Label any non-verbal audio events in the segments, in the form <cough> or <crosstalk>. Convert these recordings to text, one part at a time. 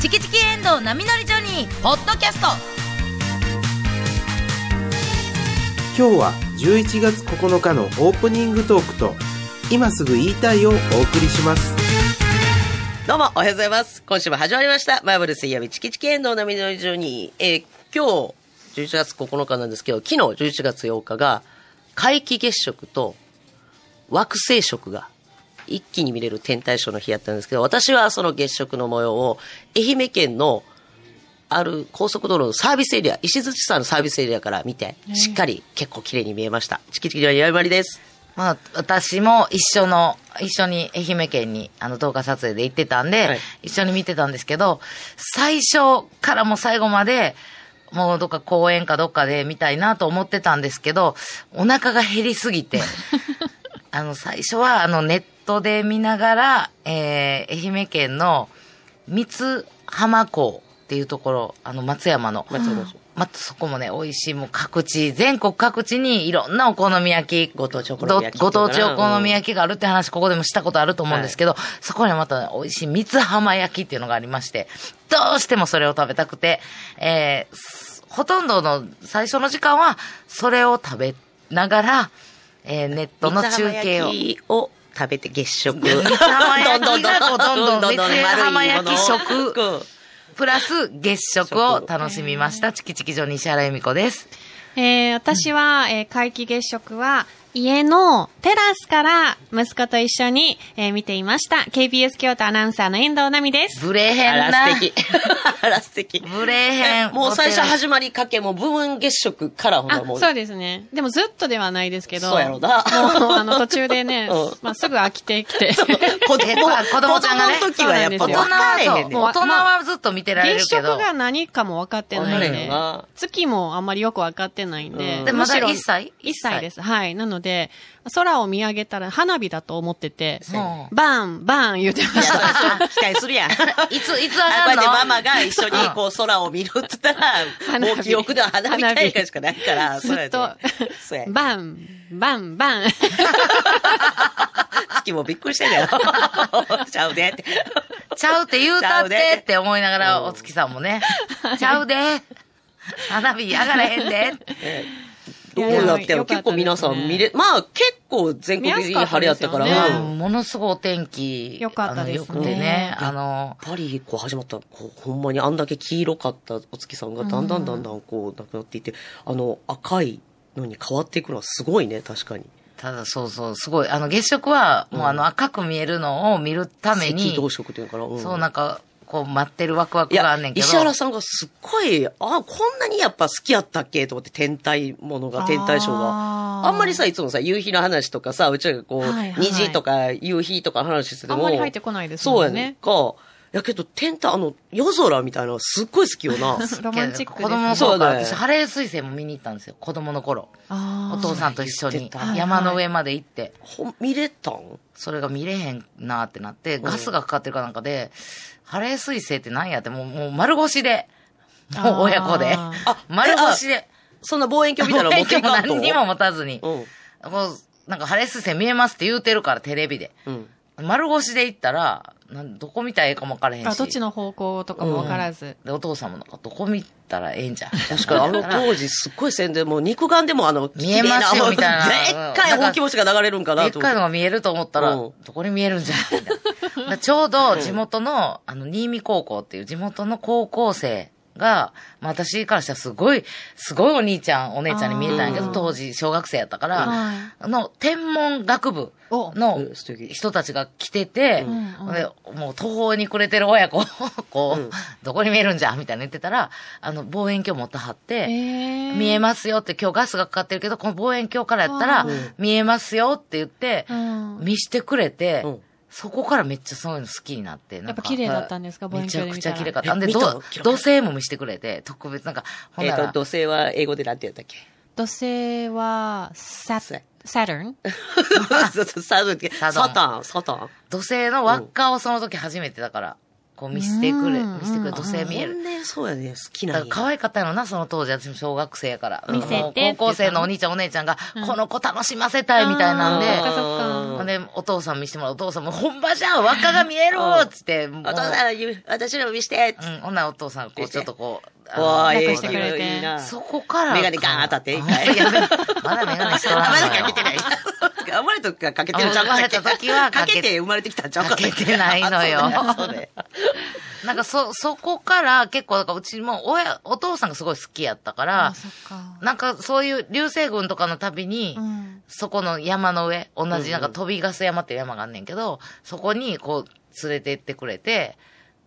チキチキエンドウ波乗りジョニー」ポッドキャスト今日は11月9日のオープニングトークと今すぐ言いたいをお送りしますどうも、おはようございます。今週も始まりました。マーブル水曜日、チキチキエンドウのみのりジョニー。えー今日、11月9日なんですけど、昨日11月8日が、皆既月食と惑星食が一気に見れる天体ショーの日やったんですけど、私はその月食の模様を、愛媛県のある高速道路のサービスエリア、石槌さんのサービスエリアから見て、しっかり結構綺麗に見えました。チキチキのやいまりです。まあ、私も一緒の、一緒に愛媛県に、あの、動画撮影で行ってたんで、はい一緒に見てたんですけど、最初からもう最後まで、もうどっか公園かどっかで見たいなと思ってたんですけど、お腹が減りすぎ <laughs> て、あの、最初は、あの、ネットで見ながら、えー、愛媛県の三津浜港っていうところ、あの、松山の。松山城またそこもね、美味しい、もう各地、全国各地にいろんなお好み焼き、ご当地お好み焼きどご当地っていうおのかな好み焼きがあるって話、ここでもしたことあると思うんですけど、そこにまた美味しい三つ浜焼きっていうのがありまして、どうしてもそれを食べたくて、えーすほとんどの最初の時間は、それを食べながら、えーネットの中継三津浜を。焼きを食べて月食。三津浜焼きがこうどんどん三津浜焼き食うんプラス月食を楽しみました。チキチキ女西原由美子です。えー私は、えー、皆既月食は、家のテラスから息子と一緒に、えー見ていました。KBS 京都アナウンサーの遠藤奈美です。ブレへあらんな。素敵。あら素敵。ブレへん。もう最初始まりかけ、もう部分月食からほんあならも、う。そうですね。でもずっとではないですけど。そうやろうなもう、あの、途中でねうん、まあ、すぐ飽きてきて。 <laughs> <laughs> 子供結構子供ちゃんがね子供の時はやっぱ分大人はかれへそんう。ねん。も大人はずっと見てられる月け食ど。が何かも分かってないん分かれへんでよな。月もあんまりよく分かってないんで。うんでまだむしろ一切一歳です。はい。なので、空を見上げたら花火だと思ってて、うんバーン、バーン言ってました。期待するやん。いつ、いつあこうやってマ上がんのマが一緒にこう空を見るって言ったら、花も火う記憶では花火大会しかないから、 <laughs> ずそうやでっとそうや、バン、バン、バン。月もびっくりしてんだよ。ちゃうでって。ちゃうって言うたちっゃうでてって思いながら、お月さんもね。ちゃうで。花火上がれへんで。どうなってもいや結構皆さん見れ、まあ結構全国的に晴れやったから、見やすかったやですっよねうんものすごいお天気。よかったですねあのよくてね。あの、ぱりこう始まった、こうほんまにあんだけ黄色かったお月さんがだんだんだんだんこうなくなっていって、あの赤いのに変わっていくのはすごいね、確かに。ただそうそう、すごい。あの、月食は、もうあの、赤く見えるのを見るために赤、道色っていうのかな。んそうなんか、こう、待ってるワクワクいがあやんねん、けど。石原さんがすっごい、あ、こんなにやっぱ好きやったっけと思って、天体ものが、天体ショーが。あーあんまりさ、いつもさ、夕日の話とかさ、うちらがこう、はいはいはい虹とか夕日とかの話してても。 <laughs> あんまり入ってこないですそうもやんねんね。か。いやけど、天体、あの、夜空みたいなのすっごい好きよな。ロマンチックです子供の頃かね。らそうだね私、ハレー彗星も見に行ったんですよ。子供の頃。あおー父さんと一緒言っにてた山の上まで行って、ほん見れたんそれが見れへんなってなって、ガスがかかってるかなんかで、ハレー彗星ってなんやって、もう、もう丸腰で、もう親子で。あーあ、 <laughs> 丸腰で。そんな望遠鏡みたいなの持免っていかんと。許も何にも持たずに。こうん。う、なんかハレー彗星見えますって言うてるから、テレビで。うん。丸腰で行ったら、なんどこ見たらええかもわからへんし。あどっちの方向とかもわからず。で、お父さんもなんか、どこ見たらええん <laughs> じゃん。確かに、あの当時すっごい宣伝、もう肉眼でもあの、見えますよ綺麗みたいな <laughs> でっかいうん本気星が流れるんかでなっとか思いっのが見えると思ったら、うんどこに見えるんじゃんみたいなだからちょうど地元の、あの、新見高校っていう地元の高校生が、まあ私からしたらすごい、すごいお兄ちゃん、お姉ちゃんに見えたんやけあど、ー当時小学生やったから、はいあの、天文学部おのうん素敵人たちが来てて、うんでもう途方に暮れてる親子を、こう、うんどこに見えるんじゃんみたいな言ってたら、あの、望遠鏡持ってはって、えー見えますよって、今日ガスがかかってるけど、この望遠鏡からやったらうん、見えますよって言ってう、ん見してくれて、うんそこからめっちゃそういうの好きになって、なんかやっぱ綺麗だったんですかはい望遠鏡で見たらめちゃくちゃ綺麗かった。えで、見たどキラキラ土星も見してくれて、特別、なんか、ほんえっ、なら、と、土星は英語でなんて言ったっ <laughs> け土星は、サ、そうサトンそうそうサドンってサドンサタン、サタン。土星の輪っかをその時初めてだから、こう見せてくれ、うん見せてくれ、女性見ほえる。んでそうやね、好きだなかんらや可愛かったやろな、その当時。私も小学生やから。見せてもう高校生のお兄ちゃんお姉ちゃんが、この子楽しませたいみたいなんあーそっで、かほそんっか。で、お父さん見してもらう。お父さんも、本場じゃん若が見えるっつって、もうお父さんゆ、私の見してうん、ほんならお父さん、こう、ちょっとこう、あのおー、抱えっえこしてくれていいな。そこから。メガネガーン当たって一回 <laughs> いやでもまだメガネしとらんあの <laughs> まよだかけて <laughs> ない。生まれた時からかけてるんちゃう生まれた時はかかけけて生まれてきたんちゃうかけてないのよそうね。なんかそ、そこから結構、だからうちも親、お父さんがすごい好きやったからあ、そっか。なんかそういう流星群とかの旅に、うん。そこの山の上、同うんうんじなんか飛びガス山っていう山があんねんけど、そこにこう連れて行ってくれて、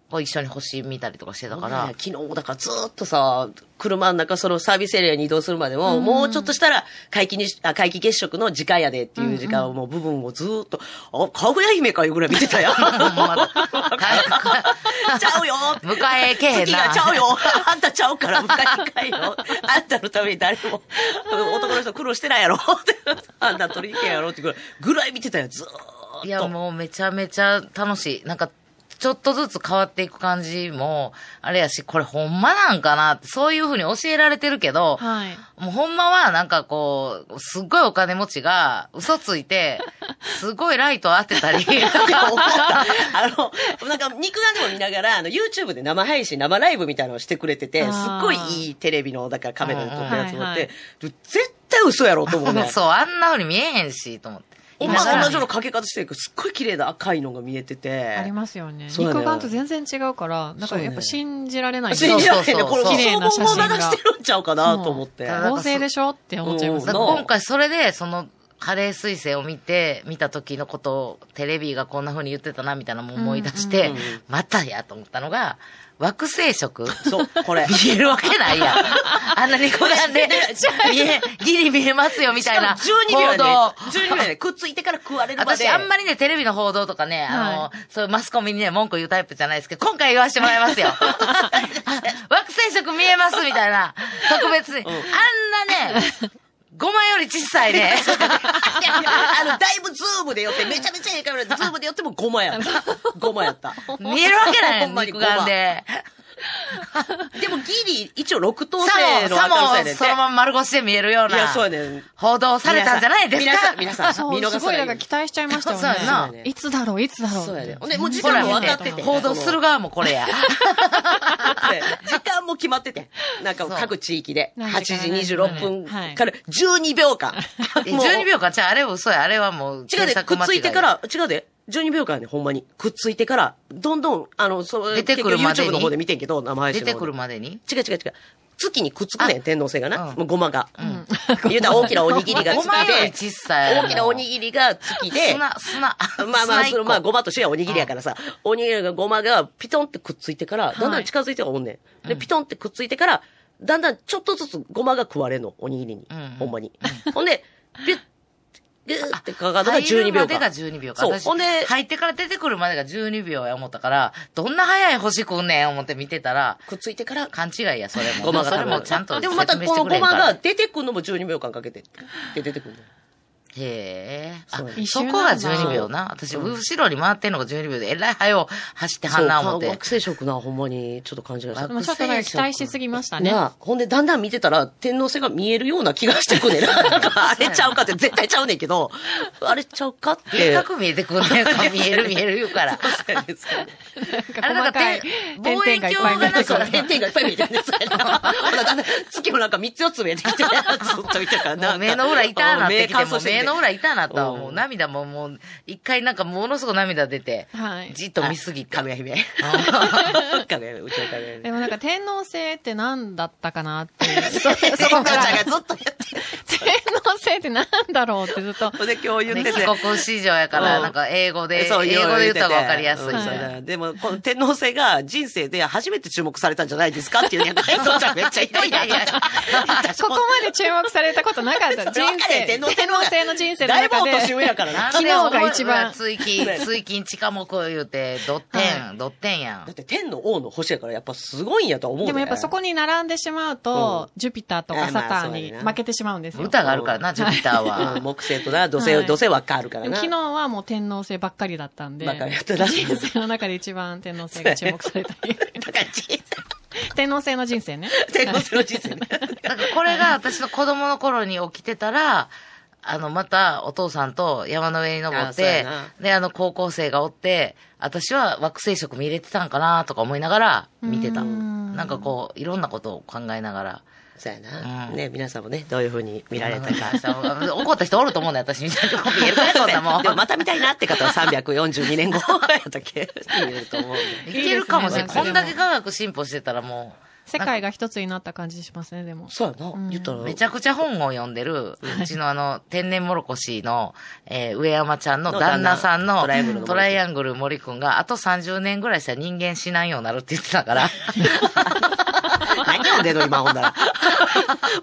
こう一緒に星見たりとかしてただかから、ら昨、日、だからずっとさ、車の中、そのサービスエリアに移動するまでも、もうちょっとしたら、皆既にあ、皆既月食の時間やでっていう時間を、もう部分をずっと、あ、かぐや姫かいうぐらい見てたやん。ちほん <laughs> まだゃうよ迎えけへんな月がちゃうよあんたちゃうから迎えにかいよあんたのために誰も、男の人苦労してないやろ <laughs> ってあんた取りに行けんやろってぐらいぐらい見てたやん、ずーっと。いや、もうめちゃめちゃ楽しい。なんか、ちょっとずつ変わっていく感じも、あれやし、これほんまなんかなって、そういうふうに教えられてるけど、はい。もうほんまはなんかこう、すっごいお金持ちが嘘ついて、すごいライト当てた <laughs> り、いや思った。あの、なんか肉眼でも見ながら、あの、YouTube で生配信、生ライブみたいなのをしてくれてて、すあっーごいいいテレビの、だからカメラで撮ったやつ持うんうんっはいて、絶対嘘やろと思うね。 <laughs> そう、あんなふうに見えへんし、と思って。おだから前同じようなかけ方してるけど、すっごい綺麗な赤いのが見えてて。ありますよね。そうだね肉眼と全然違うから、なんかやっぱ信じられない。そうね信じられへんね。そうこそれ、そうそうう綺麗な写も真流がしてるんちゃうかなと思って。そう合成でしょって思っちゃいまうすんだねから今回それで、その、カレー彗星を見て、見た時のことをテレビがこんな風に言ってたな、みたいなのも思い出して、うんうんまたやと思ったのが、惑星食。そう、これ。見えるわけないやん。あんなにこ <laughs> んなんで、見え、ギリ見えますよ、みたいな。 12秒やで。報道12秒やで。くっついてから食われるまで。私、あんまりね、テレビの報道とかね、あの、はそういうマスコミにね、文句言うタイプじゃないですけど、今回言わせてもらいます <laughs> よ。惑星食見えますみたいな、特別に。あんなね、5万より小さいね。いやいやあの、だいぶズームで寄って、めちゃめちゃええカメラでズームで寄っても5万や <laughs> った。5万やった。見えるわけほないんね、まに肉眼で。でもギリ、一応6等さ星のも、明さるさやねも、んそのまま丸腰で見えるよういや、な、そうやねん。報道されたんじゃないですか。皆さん、皆さん、そ見逃う、さすごいなよないんうかに。期待しちゃいましたよそうやなね。いつだろう、いつだろう。そうやね。ほんで、もう時ほら間見もて分かってて。報道する側もこれ <laughs> や。で <laughs> 時間も決まってて。なんかそう各地域で、何8時から何時時26分はいから12秒間。 <laughs> えもう12秒か、じゃああれは嘘や、あれはもう、違うで、検く索っ間つ違いてから、違うで、12秒間やね、ほんまに。くっついてから、どんどん、あの、そう、出てくるまで結に局 YouTube の方で見てんけど、生配信出の方でてくるまでに。違う違う違う。月にくっつくねん、天皇星がな。うんもうごまが。言うたら大きなおにぎりが5 <laughs> 月万よで、り小さい。大きなおにぎりが月で、砂、砂。まあまあ、そのまあ、ごごまとしてはおにぎりやからさ、おにぎりがごまがピトンってくっついてから、だんだん近づいてはおんねん。で、ピトンってくっついてから、だんだんちょっとずつごまが食われんの、おにぎりにうんうん。ほんまに。ほんで、ピュッ、ギューってかかるのが入12るま秒でが間。 12秒か。そう私ほんで入ってから出てくるまでが12秒や思ったから、どんな早い星くんねん思って見てたら、くっついてから、勘違いや、それも。ごまがそ食れべれもるちゃんとでもまた説明こしてのくれごへんかまらが出てくるのも12秒間かけて、で出てくるの。へえ。あそうやねん、そこが12秒な。私、後ろに回ってんのが12秒で、えらい早う走ってはんな思っそうて惑。星食な、ほんまに、ちょっと感じがしたで。もちょっとなんか期待しすぎましたね。なあ、ほんで、だんだん見てたら、天皇星が見えるような気がしてくんねんな。なんかあれちゃうかって、絶対ちゃうねんけど、あれちゃうかって。でっかく見えてくんねんか、見える見える言うから。そうやねんそうやねんあれなんかて、望遠鏡いっぱがない見えんて <laughs> くそうるか、点々がいっぱい見えてるんですよ。ほらだんだん月もなんか3つ4つ見えてきて、ずっと見てたからもなう。目の裏痛なってきて、乾も燥うしてきて目の裏痛なったわ。うんもう涙ももう、一回なんかものすごく涙出て、はい。じっと見すぎて。かぐや姫。 <laughs> かぐや姫、うちのかぐやで姫。もなんか天皇制って何だったかなっていう。 <laughs> そこから。ちゃんがずっとやってる。天皇制って何だろうってずっと。ほんで今日言ねってて。帰国市場やかうら、んなんか英語で、英そ語うでいろいろ言言っってた方がわかりやすい。うんそうはだでも、この天皇制が人生で初めて注目されたんじゃないですかっていうね、そうちゃんめっちゃひどいいやいやな。ここまで注目されたことなか <laughs> った。人生。天天皇皇制制の人生のだいぶ中おで。年上やからな。なん昨で日が一番追記、追記近目を言うて、ドッテン、ドッテンやだっん。て天の王の星やからやっぱすごいんやとは思うねでもやっぱそこに並んでしまうと、ジュピターとかサターンに負けてしまうんですよ。歌があるからな、ジュピターはうん。木星とな、土星、はい土星は変わるかでらもな。昨日はもう天皇制ばっかりだったんで。ばっかりだったな人生の中で一番天皇制が注目された <laughs> り。だから、ち、天皇制の <laughs> 人生ね。天皇制の人生ね。なんかこれが私の子供の頃に起きてたら、あの、またお父さんと山の上に登っあそうやてな、で、あの、高校生がおって、私は惑星食見れてたんかなとか思いながら見てた。んなんかこう、いろんなことを考えながら。そうやな。うんね、皆さんもね、どういうふうに見られたか。か。怒った人おると思うね、私みたいなこと言えるから、そんなもでもん。また見た <laughs> いなって方は342年後やったっけ見れると思うんで。いけるかもしれいいん。ですねこんだけ科学進歩してたらも世界が一つになった感じしますね、でも。そうやな。言ったら。う、めちゃくちゃ本を読んでる、うちのあの、天然もろこしの、えー上山ちゃんのの旦那さんの、トライアングルの森君トライアングル森くんが、あと30年ぐらいしたら人間死なんようになるって言ってたから、何読んでんの今ほんなら。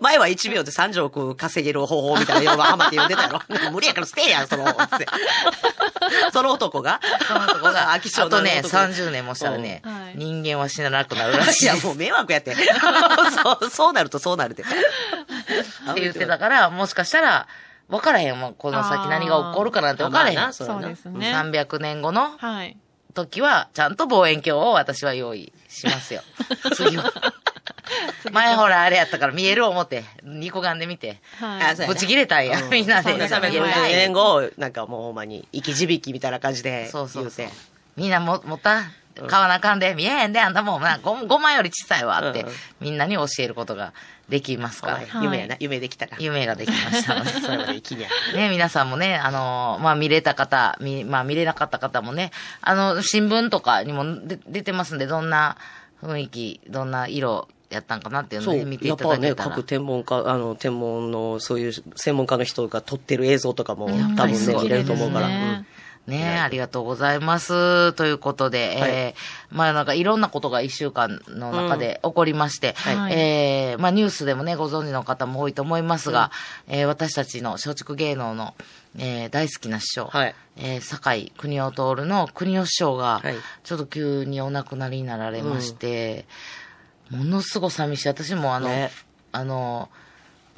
前は1秒で30億稼げる方法みたいなのがハマって読んでたやろ。 <laughs> 無理やから捨てえやん、その、 <laughs> つってその男が。そのとこが、<laughs> あ飽き性のとね、男が30年もしたらねうんはい、人間は死ななくなるらし <laughs> いいでや、す。もっう迷惑やって。そう、そうなるとそうなるで。って言ってたから、もしかしたら、わからへんもん。この先何が起こるかなんてわからへん。まあなそうやそうなですね。 300年後のはい。時は、ちゃんと望遠鏡を私は用意しますよ。<laughs> 次は。前ほらあれやったから見える思って、ニコガンで見て、はあいそう。やなぶち切れたんや、みんなで。そうだ300 300年後、なんかもうほんまに、生き字引みたいな感じでそうそ言ううそうて。。みんなも、持った買わなあかんで、見えへんで、あんなもん、な、5, 5万より小さいわって、うんうんみんなに教えることができますおから前、はい夢やな、夢できたら。夢ができましたので。 <laughs> それまで生きにゃ。ね、皆さんもね、あのーまあ、見れた方、み、まあ、見れなかった方もね、あの、新聞とかにもで出てますんで、どんな雰囲気、どんな色やったんかなっていうのそをね、う見ていただやけっぱたね、ら。各天文家、あの、天文の、そういう専門家の人が撮ってる映像とかも、多ぱ分りすね、ごい見れると思うから。綺麗ですねうんねありがとうございます。ということで、はいえーまあなんかいろんなことが一週間の中で起こりまして、はいえーまあニュースでもね、ご存知の方も多いと思いますが、えー私たちの松竹芸能の、えー大好きな師匠、はいえー酒井国夫徹の国夫師匠が、はいちょっと急にお亡くなりになられまして、ものすごい寂しい。私もあの、ねあの、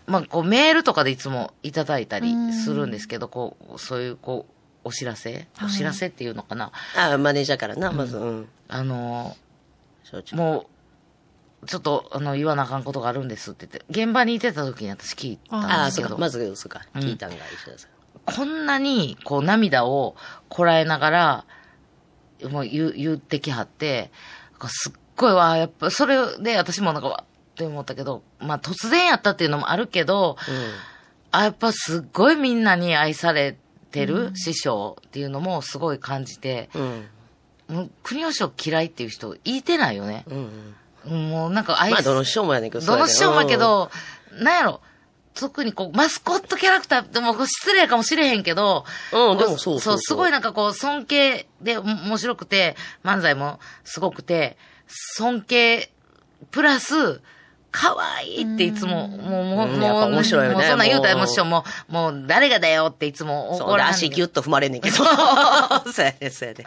まあ、こうメールとかでいつもいただいたりするんですけど、こう、そういう、こう、お知らせお知らせっていうのかな、あ、マネージャーからな、まず、うん。あの、承知もう、ちょっと、あの、言わなあかんことがあるんですって言って、現場にいてた時に私聞いたんあであ、すそうけか、ど、まず、そうか、聞いたんが一緒です。こんなに、こう、涙をこらえながら、もう言う、言ってきはって、なんかすっごいわ、やっぱ、それで私もなんか、わって思ったけど、まあ、突然やったっていうのもあるけど、あ、やっぱすっごいみんなに愛されてる師匠っていうのもすごい感じて、うん。うん。もう国の師匠嫌いっていう人言いてないよね。うんうん。もうなんか愛まあ、す、どの師匠もやねんけど、どの師匠もやけそうやねど、なんやろ、特にこう、マスコットキャラクターってもう失礼かもしれへんけど、うんでもそうそうそうすごいなんかこう、尊敬で面白くて、漫才もすごくて、尊敬、プラス、可愛いっていつも、もう、もう、うんやっぱもう、面白いよねもうそんなん言うたらももうう師匠も、もう誰がだよっていつもうん。そ怒う、らん足ギュッと踏まれんねんけど。 <laughs> そうやね、そうやね。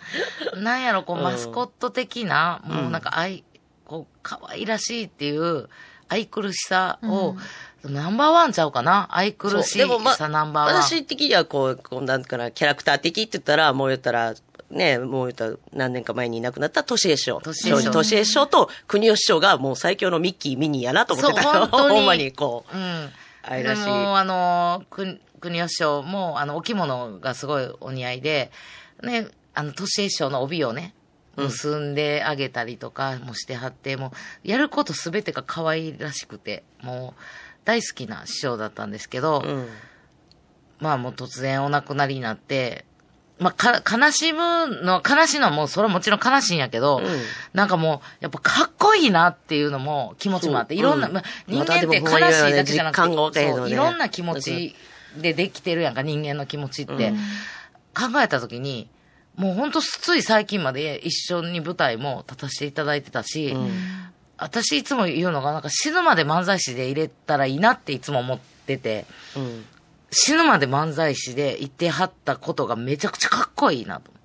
なんやろ、こう、うんマスコット的な、もうなんか愛、こう、可愛らしいっていう、愛くるしさを、ナンバーワンちゃうかな愛くるしそうでもまさナンバーワン。私的にはこう、こうなんかな、キャラクター的って言ったら、もう言ったら、ね、もう言ったら何年か前にいなくなった年江師匠。俊恵師匠俊恵師匠と国吉師匠がもう最強のミッキー、ミニーやなと思ってたそう本当にほんまにこう。うん。愛らしいでも、あの、く、国吉師匠も、あの、お着物がすごいお似合いで、ね、あの、年恵師匠の帯をね、結んであげたりとかもしてはって、もう、やることすべてが可愛らしくて、もう、大好きな師匠だったんですけど、うん。まあもう突然お亡くなりになって、まあか、悲しむの、悲しいのはもうそれはもちろん悲しいんやけど、うんなんかもう、やっぱかっこいいなっていうのも気持ちもあって、そういろんな、うんまあ、人また間でっもて悲しいだけじゃなくて、ほんまいろいろね実感が多いけどそねう、いろんな気持ちでできてるやんか、人間の気持ちって。考えたときに、もうほんとつい最近まで一緒に舞台も立たせていただいてたし、私いつも言うのが、なんか死ぬまで漫才師で入れたらいいなっていつも思ってて、うん。死ぬまで漫才師でいてはったことがめちゃくちゃかっこいいなと思っ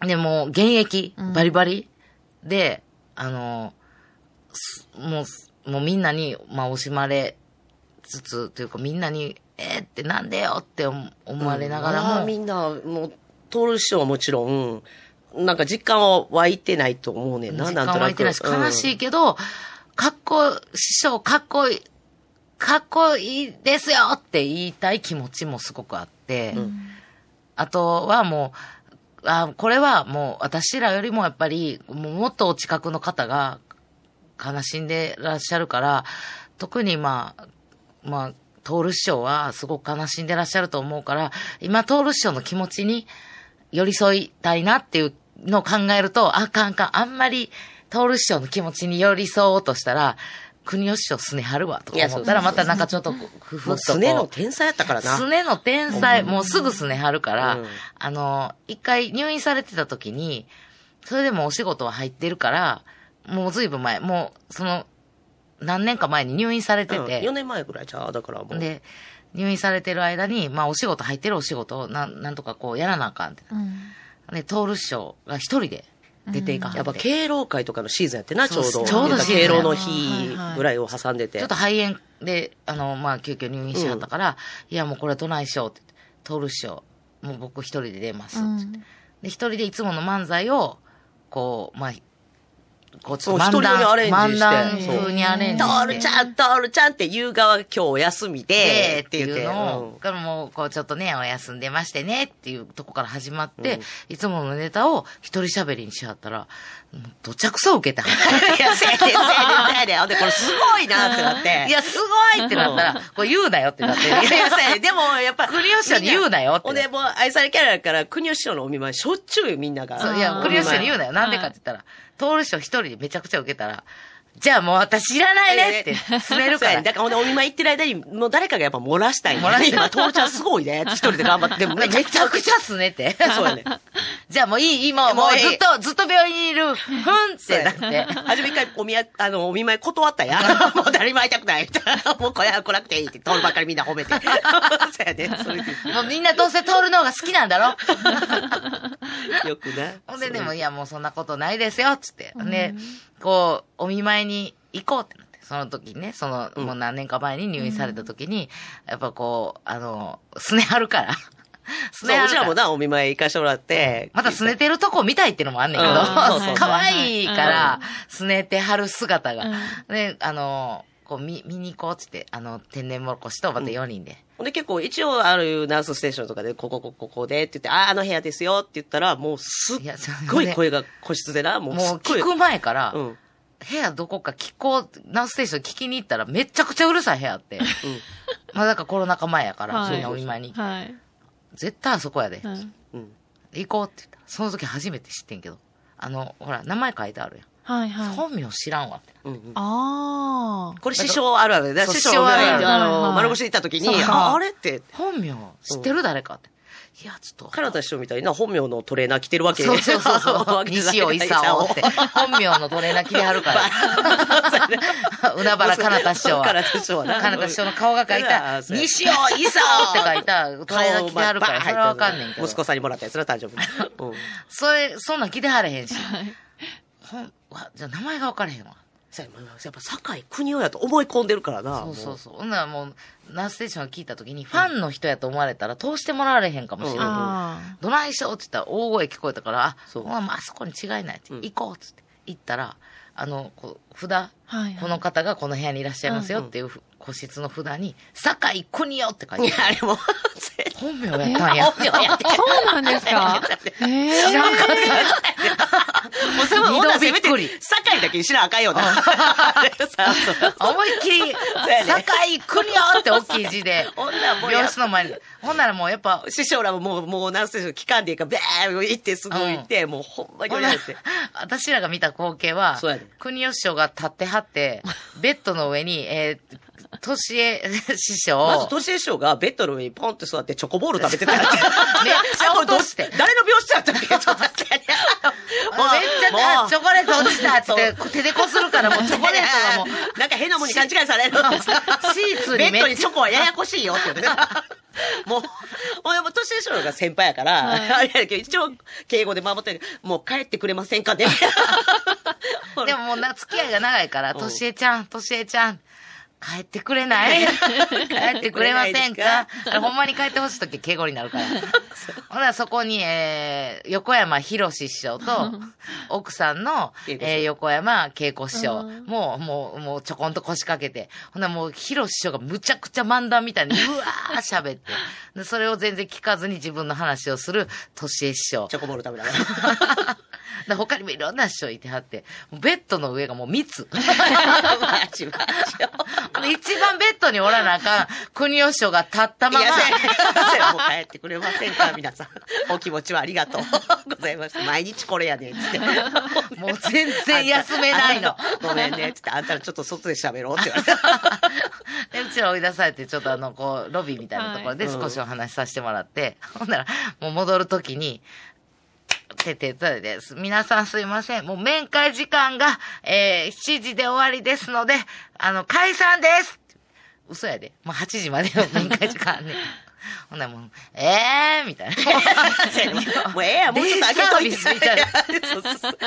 て。で、もう現役、バリバリ、で、あの、すもう、もうみんなに、まあ、惜しまれつつ、というかみんなに、えー、ってなんでよって思思われながらまも、あみんな、もう、通る人はもちろん、なんか実感は湧いてないと思うねんな、実なん感と湧ないく。てないし、悲しいけど、かっこ、師匠かっこいい、かっこいいですよって言いたい気持ちもすごくあって、あとはもう、あこれはもう私らよりもやっぱり、もうもっとお近くの方が悲しんでらっしゃるから、特にまあ、まあ、トール師匠はすごく悲しんでらっしゃると思うから、今トール師匠の気持ちに寄り添いたいなっていうのを考えると、あかんあかん、あんまりトール師匠の気持ちに寄り添おうとしたら、国吉師匠すねはるわとかいやそ思うったら、またなんかちょっとふふもっうとすこうねの天才やったからな。すねの天才、もうすぐすね張るから、うんあの、一回入院されてた時に、それでもお仕事は入ってるから、もうずいぶん前、もう、その、何年か前に入院されてて、 4年前ぐらいじゃあ、だからもう。で、入院されてる間に、まあお仕事入ってるお仕事をなん、なんとかこうやらなあかんって。で、トール師匠が一人で出ていかはってやっぱ敬老会とかのシーズンやってな、ちょうそど。うちょうどシーズン敬老の日ぐらいを挟んでて。ちょっと肺炎で、あの、まあ、急遽入院しはったから、いや、もうこれはどないしようって言って、通るっしょう。もう僕一人で出ますって言って。で、一人でいつもの漫才を、こう、まあ、こう、ちょっとそう漫一人でアレンジして談、漫談風にアレンジトしーてル。ちゃん、トールちゃんって言う側が今日お休みでで、、っってて言っいて。うのうをん、からもう、こう、ちょっとね、お休んでましてね、っていうとこから始まって、いつものネタを一人喋りにしはったら、もうどちゃくそ受けた。いや、せやで、せやで、せやで。ほんで、これすごいなってなって。いや、すごいってなったら、これ言うなよってなって。いや、いやせやで、でも、やっぱ。国吉さんに言うなよってほんで、もう愛されキャラだから、国吉師匠のお見舞い、しょっちゅうよみんなが。そういや、あー栗吉師匠に言うなよ。なんでかって言ったら、通る人一人でめちゃくちゃ受けたら、じゃあもう私いらないねって、すねるそかうらや。だから、ほんで、お見舞い行ってる間に、もう誰かがやっぱ漏らしたいね。漏らした今、い徹ちゃんすごいね。一人で頑張って。でも <laughs> ね、めちめゃっちゃくちゃすねて。そうやね。 <laughs> じゃあもういい、今、ももうういいずっと、ずっと病院にいる、ふんっそうてやなっねて。。初め一回お見や、あの、お見舞い断った <laughs> や。もう誰にも会いたくない。 <laughs> みたいなもうこれは来なくていいって、通るばっかりみんな褒めて。 <laughs> そうやね。そういうもうみんなどうせ通るのが好きなん <laughs> だろ。よくね。ほんで、でも、いや、もうそんなことないですよ、つって。で、こう、お見舞いに行こうってなって、その時にね、その、もう何年か前に入院された時に、やっぱこう、あの、すね張るから。すそう、うるちらもな、お見舞い行かしてもらって。また拗ねてるとこ見たいっていうのもあんねんけど、うん <laughs> そうそう可愛いから、拗ねてはる姿が。うんね、あの、こう見、見に行こうってって、あの、天然もろこしとまた4人で。ほんで結構一応あるナースステーションとかで、ここ、ここ、ここでって言って、あ、あの部屋ですよって言ったら、もうすっいやそごういね声が個室でな、もうすもうっごい。聞く前から、うん。部屋どこか聞こう、ナースステーション聞きに行ったらめちゃくちゃうるさい部屋って。まあだからコロナ禍前やから、はいそんなお見舞いに。はい。絶対あそこやでう。んうん。行こうって言ったら、その時初めて知ってんけど。あの、ほら、名前書いてあるやん。はいはい。本名知らんわって。うんうん。ああ。これ師匠あるあるだ。そう師匠が、師匠あるああるはいはの、い丸腰で行った時にそう、あ、あれって、本名知ってる誰かって。いや、ちょっとわかんない。カナダ師匠みたいな本名のトレーナー着てるわけそうそうそ <laughs> う <laughs> そう。西尾勲って。本名のトレーナー着てはるから。 <laughs> 海原かなた師匠は。かなた師匠はなかなた師匠の顔が書いた、 <laughs> そうや西尾勲って <laughs> 書いたトレーナー着てはるから、それはわかんねんけど息。子さんにもらったやつな、誕生 <laughs> 日。うん。それ、そんなん着てはれへんし。ほん、わ、じゃあ名前がわからへんわ。そうややっぱ酒井国夫やと思い込んでるからな。そうそうそそう。ほんならもう、ナースステーションを聞いた時に、ファンの人やと思われたら通してもらわれへんかもしれうんない。あどないしょうって言ったら大声聞こえたから、あ、そうほなまああそこに違いないって、うん行こうっつって、行ったら、あの、こう札、あ。はいはい。この方がこの部屋にいらっしゃいますよっていうふ個室の札に、酒井邦夫って書いてや、あある。れ <laughs> も、本名やったんや。本名や <laughs> ってそうなんで <laughs> すかええ。知らんかっもうそれは二女度びっくりはせめて酒井だけにしなあかんよ <laughs> な。さそう思いっきり、やね酒井邦夫って大きい字で、女はもうや病室の前に。ほんならもうやっぱ、師匠らももう、もう何せ期間でいいから、ビャー行って、すぐ行って、もうほんまにほん俺なだらって。私らが見た光景はそうやね、国吉師匠が立ってはって、ベッドの上に、えー、年江師匠、まず、年師匠がベッドの上にポンって座ってチョコボール食べてた <laughs> やつ。めっちゃ落として誰の病室だったっけちょっと待って。あめっちゃ、あチョコレート落ちたっつってそ、手でこするからもうチョコレートがもう、なんか変なもんに勘違いされる。シーツベにめっちゃッドにチョコはややこしいよって言ってね。もう、俺も年上の方が先輩やから、あれやけど、一応、敬語で守ってるもう帰ってくれませんか <laughs> ね。でももうな、付き合いが長いから、んとしえちゃん、としえちゃん、帰ってくれない <laughs> 帰ってくれませんかあれほんまに帰ってほしい時敬語になる <laughs> から。ほんならそこに、えー、横山博師匠 <laughs> と、奥さんの、恵子師匠えー、横山恵子師匠うんもう、もう、もうちょこんと腰掛けて、ほんならもう博師匠がむちゃくちゃ漫談みたいに、うわー喋って、でそれを全然聞かずに自分の話をする、年恵師匠。チョコボール食べな <laughs> がら。で <laughs> 他にもいろんな師匠いてはって、ベッドの上がもう密。マジマジあの一番ベッドにおらなあかん、国吉師匠が立ったまいまや、、せやせやもう帰ってくれませんか皆さん。 <laughs> お気持ちはありがとうございます。毎日これやねん、つって。 <laughs> もう全然休めないの。ごめんね、つって。あんたらちょっと外で喋ろうって言われて。 <laughs> で、うちら追い出されて、ちょっとあの、こう、ロビーみたいなところではい少しお話しさせてもらって、ほんなら、もう戻るときに、ててたいです。皆さんすいません。もう面会時間が、えー、7時で終わりですので、あの、解散です嘘やで。もう8時までの面会時間あ <laughs> んねん。ほんならもう、えーみたいな。もうええやん、もうちょっとあげといて。デイサービスみたいな <laughs> そうそうそう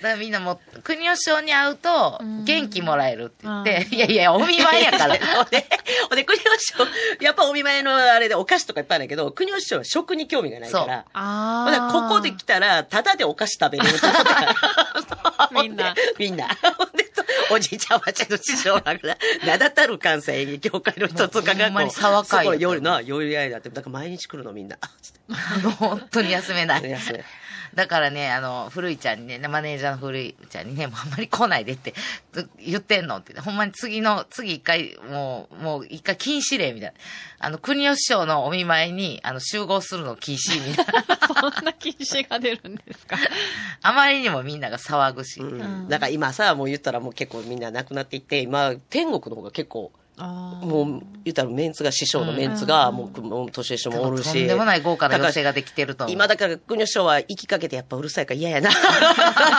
だからみんなもう、国吉賞に会うと、元気もらえるって言って、ういやいや、お見舞いや <laughs> から。ほんで、ほんで、国吉師匠、やっぱお見舞いのあれでお菓子とかいっぱいあるんだけど、国吉師匠は食に興味がないから。あほんでここで来たら、ただでお菓子食べれると思ったから。みんなほで。 <laughs> みんな。ほんで、おじいちゃんおばあちゃんの師匠が、名だたる関西演劇協会の人とかもうが、ほんまにこう騒がいすごい夜な、夜やいだって。だから毎日来るのみんな。あの、本当に休めない。休めないだからね、あの、古いちゃんにね、マネージャーの古いちゃんにね、もうあんまり来ないでって言ってんのって言ってほんまに次の、次一回、もう、もう一回禁止令みたいな。あの、国吉師匠のお見舞いに、あの、集合するの禁止みたい <laughs> な。そんな禁止が出るんですか。あまりにもみんなが騒ぐし。うん。だから今さ、もう言ったらもう結構みんな亡くなっていって、今、天国の方が結構、あもう言ったらメンツが師匠のメンツが、もう、もう年下もおるし。とんでもない豪華な寄せができてると思う今だから、国の師匠は行きかけてやっぱうるさいから嫌や <laughs> な。っ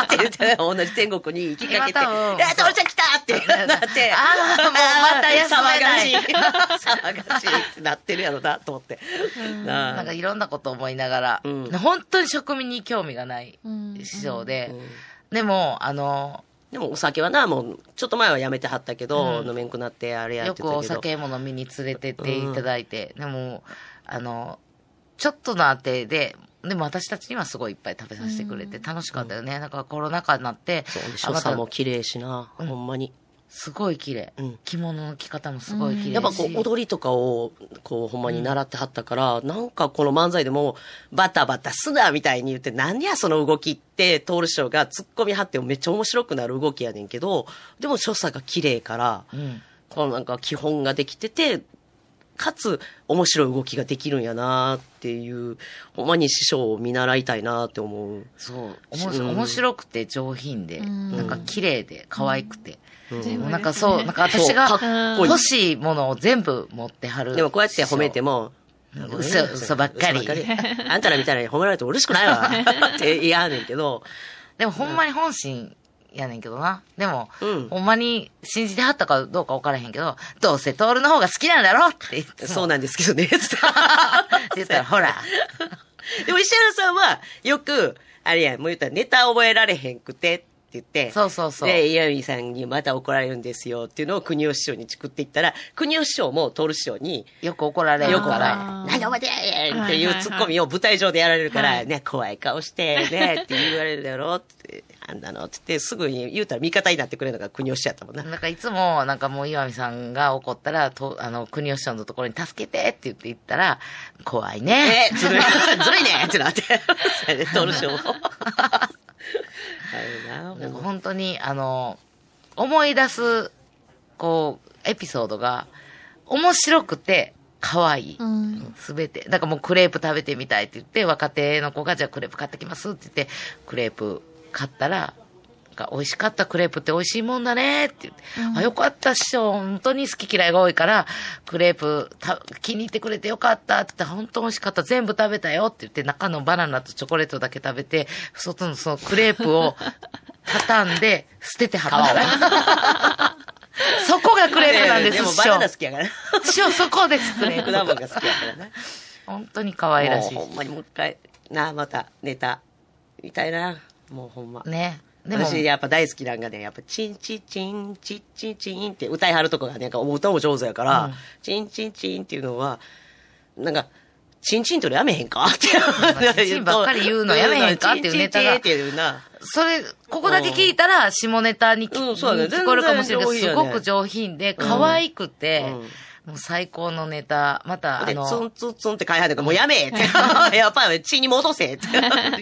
て言って、同じ天国に行きかけて、今多分え、父ちゃん来たってなって、あーもうまた休 <laughs> めない騒がしい。騒がしいってなってるやろな、と思って。なあなんかいろんなこと思いながら、うん本当に食味に興味がないうん師匠で、うんでも、あの、でもお酒はな、もう、ちょっと前はやめてはったけど、うん飲めんくなって、あれやよってくたおけど。酒も飲みに連れてっていただいて、でも、あの、ちょっとのあてで、でも私たちにはすごいいっぱい食べさせてくれて楽しかったよね。なんかコロナ禍になって、そう、あ翔まさんたも綺麗しな、ほんまに。すごい綺麗、うん着物の着方もすごい綺麗し、やっぱこう踊りとかをこうほんまに習ってはったから、なんかこの漫才でもバタバタすなみたいに言って何やその動きって徹師匠が突っ込みはってめっちゃ面白くなる動きやねんけどでも所作が綺麗から、うんこのなんか基本ができててかつ面白い動きができるんやなっていうほんまに師匠を見習いたいなって思う、そう面う白ん面白くて上品で、んなんか綺麗で可愛くうて、ん全部なんかそう、なんか私そがうかっこいい欲しいものを全部持ってはる。でもこうやって褒めても。も、うん嘘嘘ばっかり嘘 <laughs> あんたらみたいに褒められても嬉しくない <laughs> わ。って嫌やねんけど。でもほんまに本心やねんけどな。でも、うんほんまに信じてはったかどうか分からへんけど、どうせトールの方が好きなんだろうって言って。そうななんですけどね。つって <laughs> 言ったら、ほら、でも石原さんは、よく、あれやん、もう言ったらネタ覚えられへんくてって言って。そうそうそうで、岩見さんにまた怒られるんですよっていうのを国吉師匠にチクっていったら、国吉師匠も徹師匠に、よく怒られよるくか笑ら。あい。ーなんでお前でっていうツッコミを舞台上でやられるから、ね、怖い顔して、ね、って言われるだろうって、あんなのって言って、すぐに言うたら味方になってくれるのが国吉師匠やったもんな。なんかいつも、なんかもう岩見さんが怒ったら、とあの、国吉さんのところに助けてって言って行ったら、怖いね。 <laughs> え、ずるい、ずるいねってなって。それで撮るしょ。あれな、なんかもう本当に、あの、思い出す、こう、エピソードが、面白くて、可愛い。うん。すべて。だからもうクレープ食べてみたいって言って、若手の子がじゃあクレープ買ってきますって言って、クレープ買ったら、なんか美味しかったクレープって美味しいもんだねって言って、あ、よかったっしょ。本当に好き嫌いが多いから、クレープた気に入ってくれてよかったって言って、本当美味しかった。全部食べたよって言って、中のバナナとチョコレートだけ食 <laughs> べて、外のそのクレープを畳んで捨ててはったら。 <laughs> そこがクレープなんです、でも師バ匠ナナ好きやから。師匠、そこです、クレープ果物が好きやからな。本当に可愛らしいもうほんまにもう一回、なあ、またネタ、みたいな。もうほんま。ね。でも私やっぱ大好きなんがね、やっぱチンチンチン、チンチンチンって歌いはるとこがね、なんか歌も上手やから、チンチンチンっていうのは、なんか、チンチンとりやめへんかっチて。ンチンばっかり言うのやめへんかっていうネタがチンチンチンっていうな。それ、ここだけ聞いたら、下ネタにき、うんそうだね聞こえるかもしれないけど、全然上品やすねごく上品で、可愛くて、うんもう最高のネタ。また、あで、ツのン、ツンツンって買いはるから、もうやめえって。 <laughs> やっぱり血に戻せって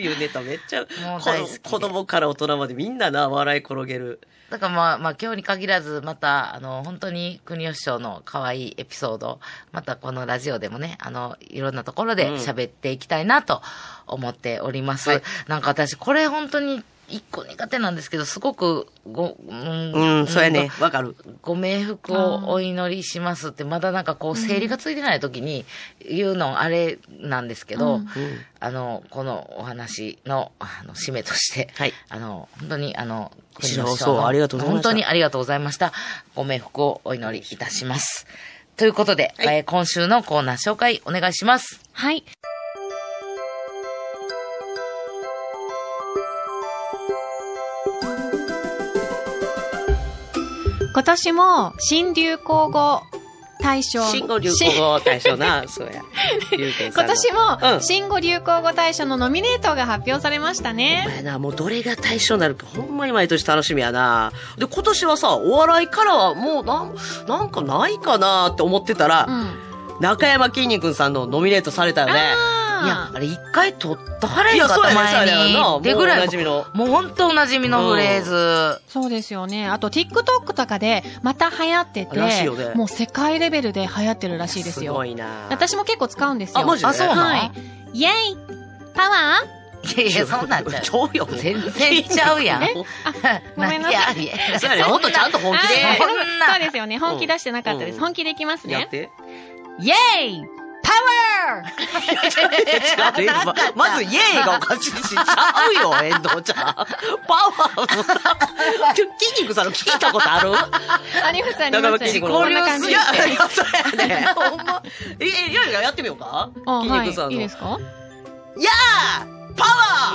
いうネタめっちゃ、もう大好きで子供から大人までみんなな、笑い転げる。だからまあ、まあ今日に限らず、また、あの、本当に国吉師匠の可愛いエピソード、またこのラジオでもね、あの、いろんなところで喋っていきたいなと思っております。はいなんか私、これ本当に一個苦手なんですけど、すごくご、うんうん、そうやね。わかる。ご冥福をお祈りしますって、まだなんかこう、整理がついてない時に言うのあれなんですけど、あの、このお話の、あの、締めとして、はいあの、本当に、あの、白尾国の師匠のそうありがとうございました本当にありがとうございました。ご冥福をお祈りいたします。ということで、はいえー今週のコーナー紹介お願いします。はい。今年も新流行語大賞。新語流行語大賞な、そうや。流行さ <laughs> 今ん年うもん新語・流行語大賞のノミネートが発表されましたほんまね。やな、もうどれが対象になるか、ほんまに毎年楽しみやな。で、今年はさ、お笑いからはもうなん、なんかないかなって思ってたら、うん。中山きんに君さんのノミネートされたよね。いや、ああれ一回取ったはれんかいやそうったやねそうや前ねにな。ってぐらもうおいなじみの。もう本当おなじみのフレーズ。ーそうですよね。あと TikTok とかでまた流行ってて、らしいよねもう世界レベルで流行ってるらしいですごすよ。いな。私も結構使うんですよ。あマジであ、そうなん、はい。イェイパワいやいや、そうなんちゃう。超よ。全然ちゃう <laughs> やん。えーごめんなさい。いや。いやそうやね、ほんとちゃんと本気あでーそんなそうですよね。本気出してなかったでうす。ん本気でいきますやっね。て。イェイパワー違うねままず、イエーイがおかしいし、ちゃう <laughs> よ、遠藤ちゃん。パワーもさ、筋肉さんの聞いたことあ <laughs> るありますあり中山まきす。んに君こんな感じいや、いやそうや <laughs> ね。ほんま。え、え、ややってみようかあ筋はい。肉さんいいの。ですかやーパワ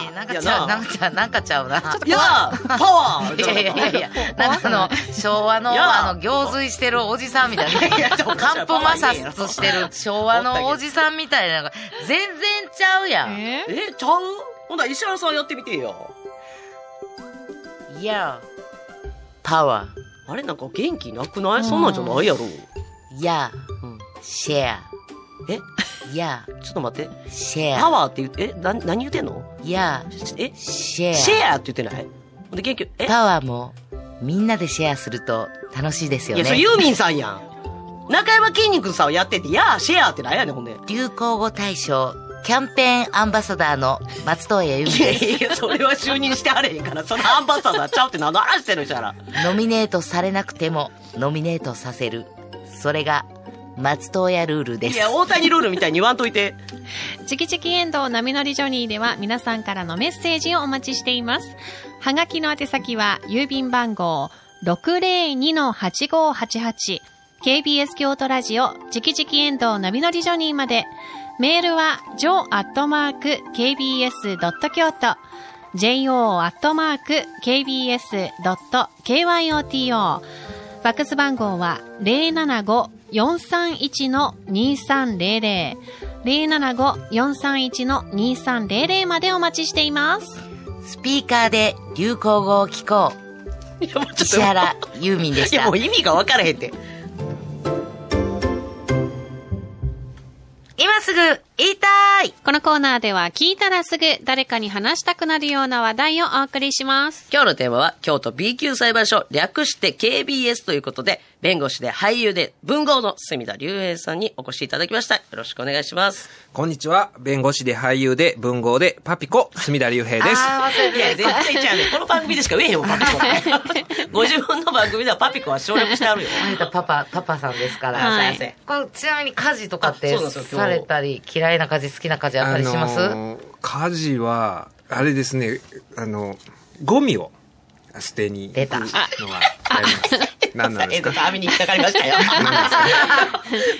ーなんかちゃう、なんかちゃう、なんかちゃうな。いやーパワー <laughs> いやいやいやいや、なんかあの、昭和の、いやあの、行水してるおじさんみたいいやな。ちょっとカンプ摩擦してる昭和のおじさんみたいなのが、全然ちゃうやん。えーえ、ちゃうほんなら石原さんやってみてよ。いや、パワあれなんか元気なくないそんなんじゃないやろ。ー、いや、うんシェア、え、いや、ちょっと待って。シェパア、ワーって言って、え、な、何言ってんのいや、え、シェア。シェアって言ってないほんで元気、え、パワーもみんなでシェアすると楽しいですよいや、それね。ユーミンさんやん。中山きんに君さんをやってて、やーシェアってなんやねん、ほんで。流行語大賞キャンペーンアンバサダーの松任谷由実いやです。いや、それは就任してあれへんから、そのアンバサダーちゃうって何の話してるんじゃら。ノミネートされなくてもノミネートさせる。それが松任谷ルールでいす。や、大谷ルールみたいに言わんといて。チキチキエンドウ波乗りジョニーでは皆さんからのメッセージをお待ちしています。はがきの宛先は郵便番号 602-8588KBS 京都ラジオチキチキエンドウ波乗りジョニーまで。メールは jo.kbs.kyoto jo.kbs.kyoto ファックス番号は075-431-2300。075-431-2300までお待ちしています。スピーカーで流行語を聞こう。いや、もうちょっと。石原由実でしいや、たもう。意味が分からへんって。今すぐ言いたいこのコーナーでは聞いたらすぐ誰かに話したくなるような話題をお送りします。今日のテーマは、京都 B 級裁判所、略して KBS ということで、弁護士で俳優で文豪の隅田隆平さんにお越しいただきました。よろしくお願いします。こんにちは。弁護士で俳優で文豪でパピコ、隅田隆平です。あー忘れいや、絶対ちゃうね。この番組でしか言えへんもん、パピコ。ご自分の番組ではパピコは省略してあるよ。あなたパパ、パパさんですから。はい先生これちなみに家事とかってあそうなんですよされたり、嫌いな家事、好きな家事あったりします、のー家事は、あれですね、あの、ゴミを捨てに出行くたのはやります。何なんですか網に引っかかりましたよ。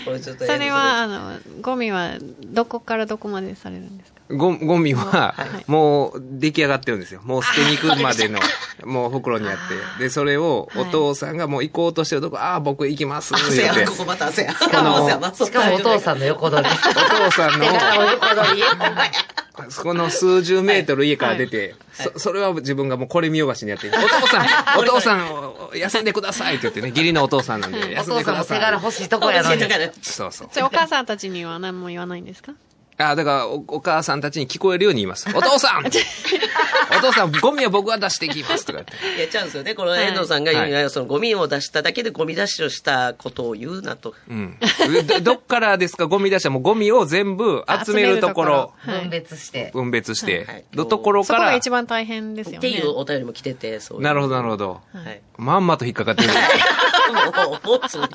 これちょっと <laughs> それは、あの、ゴミはどこからどこまでされるんですかゴゴミは、もう出来上がってるんですよ。もう捨てに行く <laughs> までの、もう袋にあって。で、それをお父さんがもう行こうとしてるとこ、ああ、僕行きますって汗言やって、ここまた汗や。しかもしかもお父さんの横取り。お父 <laughs> さんの、<laughs> 横取り。そこの数十メートル家から出て、そそれは自分がもうこれ見よがしにやって、お父さん、 <laughs> お父さん、おお休んでくださいって言ってね、義理のお父さんなんで、お休ん父でくさんだも手さい。柄欲しいとこや <laughs> のに。そうそう。それお母さんたちには何も言わないんですかあだからお、お母さんたちに聞こえるように言います。お父さんお <laughs> 父さん、ゴミは僕は出していきますとか言って。やっちゃうんですよね。この遠藤さんが言うには、そのゴミを出しただけでゴミ出しをしたことを言うなと。うん。どどっからですか、ゴミ出したらもうゴミを全部集めるところ、分別して。分別して、はいのところそこかがら一、番大変ですよね。っていうお便りも来てて、そういう。なるほど、なるほど。はい。まんまと引っかかってる。もう、もう、そう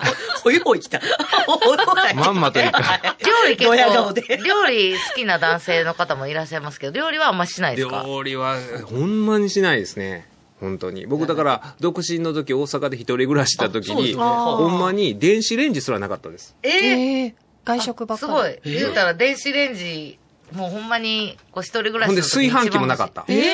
ほいほい来た。ほいほい来たまんまというかはい料理結ドヤ顔で。構、料理好きな男性の方もいらっしゃいますけど、料理はあんましないですか料理は、ほんまにしないですね。本当に。僕だから、独身の時、大阪で一人暮らしした時あそうでに、すよねほんまに電子レンジすらなかったです。えええー外食ばっかすり。ごい。言うたら電子レンジ、もうほんまに、こう一人暮らしほんので、時に炊一番飯器もなかった。えー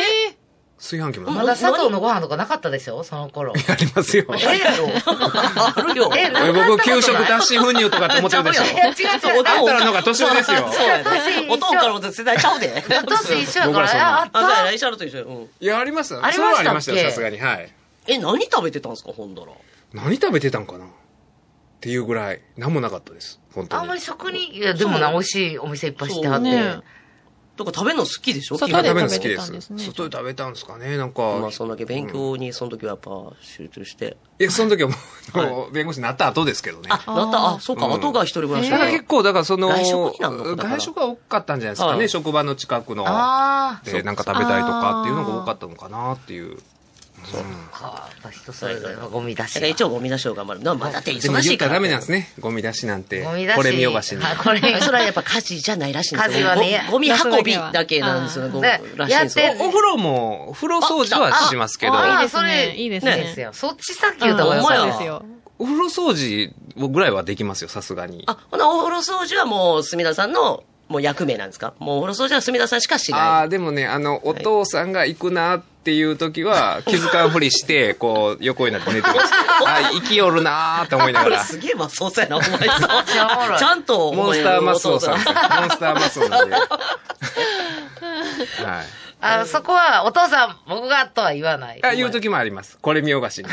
炊飯器もなまかっだ砂糖のご飯とかなかったでしょその <laughs> 頃。た。ありますよ。えあるよ。え俺なんかあったことな僕、い給食脱脂粉乳とかって思ってるでしょい。や違 <laughs> う違う。あったらのが年上ですよ。そうやね。おとんからおとん世代ちゃうで。年一緒やか僕らそんなら、ああっあ、そうやたね。石原と一緒やうん。いや、ありますありましたっけそれはありましたよ、さすがに。はい。え、何食べてたんですか、ほんだら。何食べてたんかなっていうぐらい、何もなかったです。本当に。あんまり食に、いや、でもな、美味しいお店いっぱい知ってはって。そうねとか食べるの好きでしょそう君食べ食べるのるの好きで好きですす。外で食べたんですかねなんか。まあ、そんだけ勉強に、その時はやっぱ集中して。いや、その時はもう、もう弁護士になった後ですけどね。あ、なった、あ、そうか、うん後が一人暮らしだからだ結構、だからその、外食になるのかだから外食が多かったんじゃないですかはね、い職場の近くの。ああ。で、なんか食べたいとかっていうのが多かったのかなっていう。はあ、人それぞれのゴミ出しから一が。応ゴミ出しを頑張る。なまあだってでも忙し言っいたからら。ダメなんですね。ゴミ出しなんて。ゴミ出しこれ見よがしに。はいこれはいそれはやっぱ家事じゃないらしいんですよ。家事はねゴゴミ運びだけなんですよね、ゴミねらしいんですよやっ。お風呂も、風呂掃除はしますけど、ああいいあですそねれいいですねですよ。そっちさっき言った方が良ほんまやかっそうでたすよ。お風呂掃除ぐらいはできますよ、さすがに。あ、ほな、お風呂掃除はもう、隅田さんの、もう役目なんですかもう、お風呂掃除は隅田さんしかしあない。あ、でもね、あの、お父さんが行くなっていう時は、気づかんふりして、こう、横になって寝てます。あ、生きよるなーって思いながこれら。すげえまあそうやな、お前 <laughs> ゃおもさろ。いちゃんと、モンスターマスオさん。お <laughs> モン前のおス父ターマスオ <laughs> なんで。はい。あの、そこは、お父さん、僕がとは言わない。あ、言う時もあります。これ見よがし <laughs> に。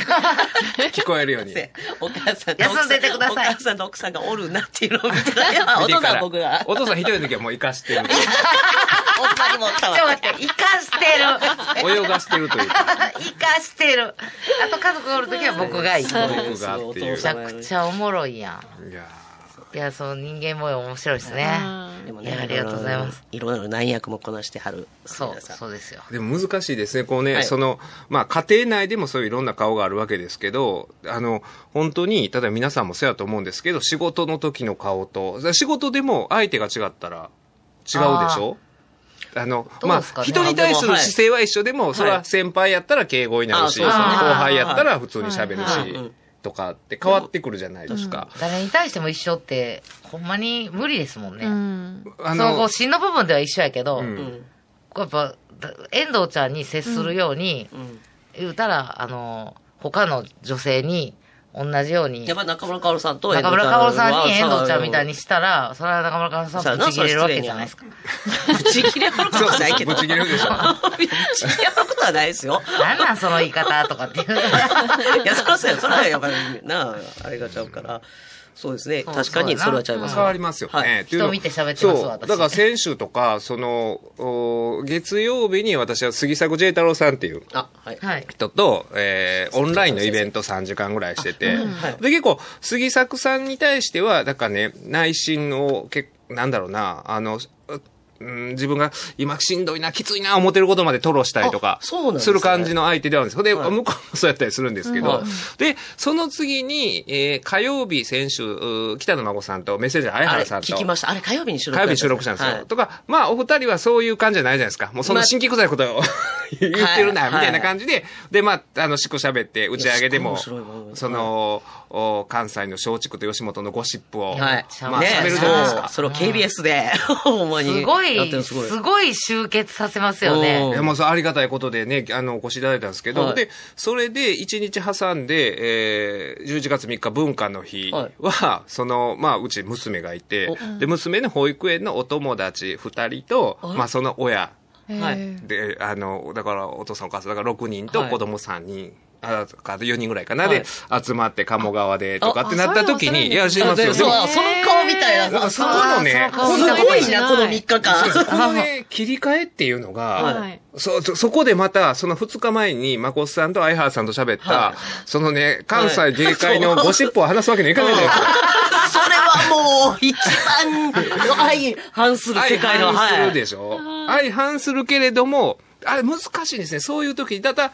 聞こえるよう <laughs> に。お母さんと奥さん休んでてくださいお母さんと奥さんがおるなっていうのを見て <laughs> た。いやお見て父かさんら僕が。お父さん一人の時はもう生かしてる。おっさんにもおったわちょっと待って、生か <laughs> して泳がしてるというか。る。生かしてる。あと家族がおるときは僕がいい。め僕がっていう。いすちごやいゃくちゃおもろいやーん。いや、その人間模様面白いですね。でもいやありがとうございます。いろいろ難役もこなしてはる。そう、皆さんそうですよ。でも難しいですね。こうね、はいその、まあ家庭内でもそういういろんな顔があるわけですけど、あの、本当に、ただ皆さんもそうやと思うんですけど、仕事の時の顔と、仕事でも相手が違ったら違うでしょあの、どうまあですか、ね人に対する姿勢は一緒でも、それははい先輩やったら敬語になるし、あそ後うですね輩やったら普通に喋はいはいるし、とかって変わってくるじゃないですか。誰に対しても一緒って、ほんまに無理ですもんね。うん。あその後、の、芯の部分では一緒やけど、ううんん。やっぱ、だ遠藤ちゃんに接するように、うん。言うたら、あの、他の女性に、同じようにやっ、ぱ中村薫さんと中村薫薫さんに遠藤ちゃんみたいにしたら、それは中村薫さんぶち切れるわけじゃないですか。ぶち切れはるかもしれないけど。そうそうぶち切れるでしょぶち切れはることはないです <laughs> よ。なんなんその言い方とかっていう。いや、そらそうや、そらやっぱりな、あれがちゃうから。そうですね。そう確かにそれはちゃいます。変わりますよね。はいっていうの人見て喋ってますそう私だから先週とか、その、お月曜日に私は杉迫 J 太郎さんっていうあ、はい。はい。人と、えーオンラインのイベント3時間ぐらいしてて、はいで、結構、杉作さんに対しては、だからね、内心を、けなんだろうな、あの、うん自分が今しんどいな、きついな、思ってることまで吐露したりとかあそうなん、ですねする感じの相手ではあるんです。で、はい向こうもそうやったりするんですけはど、で、その次に、えー火曜日先週、う北野孫さんと、メッセージャー相あれ、原さんと、聞きました。あれ、火曜日に収録火曜日に収録したんですよ。はいとか、まあ、お二人はそういう感じじゃないじゃないですか。もうそんな新規臭いことを <laughs> 言ってるな、はいみたいな感じで、で、まあ、あの、しく喋って、打ち上げでも、すっごい面白いもんその、お関西の松竹と吉本のゴシップを、はい。まあ、ね喋るじゃないですそうか。それを KBS <laughs> で、ほんまに。すごいやってるい、のすごいすごい集結させますようねん。いや、まあ、そうありがたいことでね、あの、お越しいただいたんですけど、はいで、それで、1日挟んで、えー、11月3日文化の日は、その、まあ、うち娘がいて、で、娘の保育園のお友達2人と、はいまあ、その親、はいえーで、あの、だから、お父さんお母さん、だから6人とはい子供3人。あか4人ぐらいかな、はいで、集まって、鴨川で、とかってなった時に、いあや、あ知りますよ。ででそうも、その顔みたいなんなかさ。そこのね、あーそこすごいな、この3日間。このね、切り替えっていうのが、はいそ、そそこでまた、その2日前に、まこさんと相原さんと喋った、はそのね、関西芸会のゴシップを話すわけにはいかないじゃないですか。それはもう、一番、相反する世界の、相反すはるい。でしょ、相反するけれども、あれ難しいですね。そういう時に、ただ、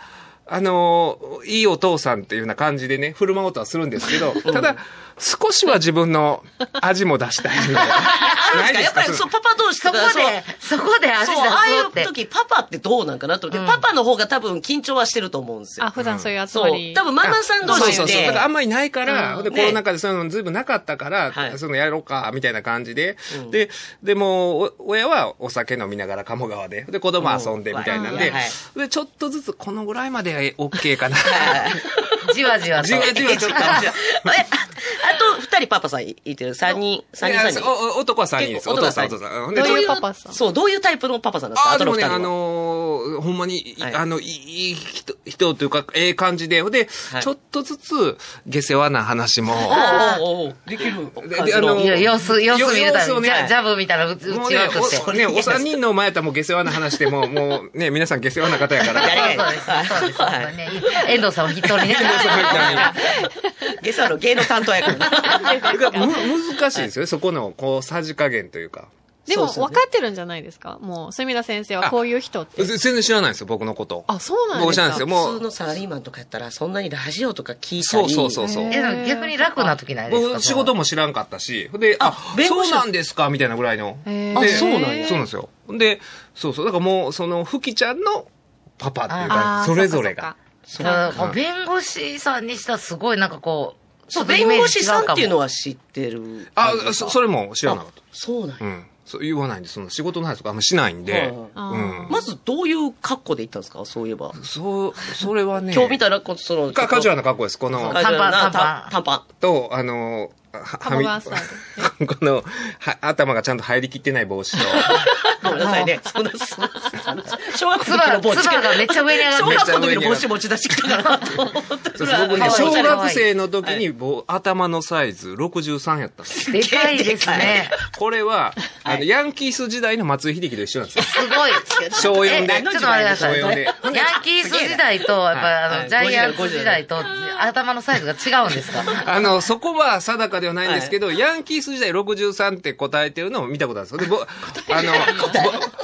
あのーいいお父さんっていうような感じでね、振る舞おうとはするんですけど、ただ、少しは自分の味も出したいみ <laughs> たいな。あなるんいですかでやっすぱり、そかそうう、パパ同士そとこか、そうで、そこで足そ出う、そうああいうって。時、パパってどうなんかなと思って、うんパパの方が多分緊張はしてると思うんですよあ、。普段そういう集まそう。り。多分ママさん同そう士そうでそう。だからあんまりないから、うんで、ねコロナ禍でそういうのずいぶんなかったから、はいそのやろうか、みたいな感じで。うんで、でも、お親はお酒飲みながら鴨川で、で、子供遊んでみたいなんで、うんはいで、ちょっとずつこのぐらいまでは OK かな。じわじわと。じわじわちょっと。え、ああと、二人パパさんいてる。三人、三人、三人。おお男は3人です。お父さん、お父さん。どうでいうパパさんそう、どういうタイプのパパさんなんですかあああ、とでのも二人ね、は。あのーほんまに、いはいあの、いいいい人、人というか、ええ感じで、ほんで、はいちょっとずつ、下世話な <laughs> 話も。おうおうおうできるで感じの。あのいや様子、様子見るた様子めをに、ねジャジャブみたいなの打ちも打うちねまくって。お、ね、お三人の前やったらもう下世話な話でも、もうね、皆さん下世話な方やから。 <laughs> 誰がそうです。そうです。ね、遠藤さんは一人ね。ゲスの芸能担当やから。 <laughs> む難しいですよね、そこの、こう、さじ加減というか。でも、そうそう分かってるんじゃないですかもう、隅田先生はこういう人って。全然知らないですよ、僕のこと。あ、そうなん僕です知らないでかす普よ、も通う。のサラリーマンとかやったら、そんなにラジオとか聞いたそうり。そうそうそう。へ <laughs> え、でも逆に楽な時ないですか僕の仕事も知らんかったし、で、ああ、弁護そ士うなんですかみたいなぐらいの。へでーあそうなんやそうなんですよ。で、そうそう。だからもう、その、ふきちゃんのパパっていうあか、ーそれぞれそっかが。ただもう弁護士さんにしたらすごいなんかこう、そう、弁護士さんっていうのは。は知ってる。あ、そそれも知らなかった。そうなんうや。ん。そう言わないんで、その仕事の話とかあんましないんで。はいあうーん。まず、どういう格好で行ったんですかそういえば。そう、それはね。今日見たら、こうその。かカジュアルルな格好です。この、カジュアルな短パン短パと、あの、はは鴨川スタイみ、 <laughs> この、は、頭がちゃんと入りきってない帽子と、<laughs> <laughs> ン。ごめんなさいね。そんな、そんなそんな小学つ生の時ば、の帽子つばがめっちゃ上に <laughs> 上が小ってる学校の時の帽子持ち出してきたからと思ったぐそうそうらい。僕ね、可愛い小学生の可時愛いに帽、頭のサイズ63やったんです。でかいですね。これ <laughs> は、あの、ヤンキース時代の松井秀喜と一緒なんですよ。すごい。小4で。えちょっと待ってくだ小さい。 4ヤンで。キース時代と、やっぱあはの、いジャイアンツ時代と、頭のサイズが違うんですかあの、そこは定かではないんですけど、ヤンキース時代63って答えてるのを見たことあるんですよ。で、ぼ、あの、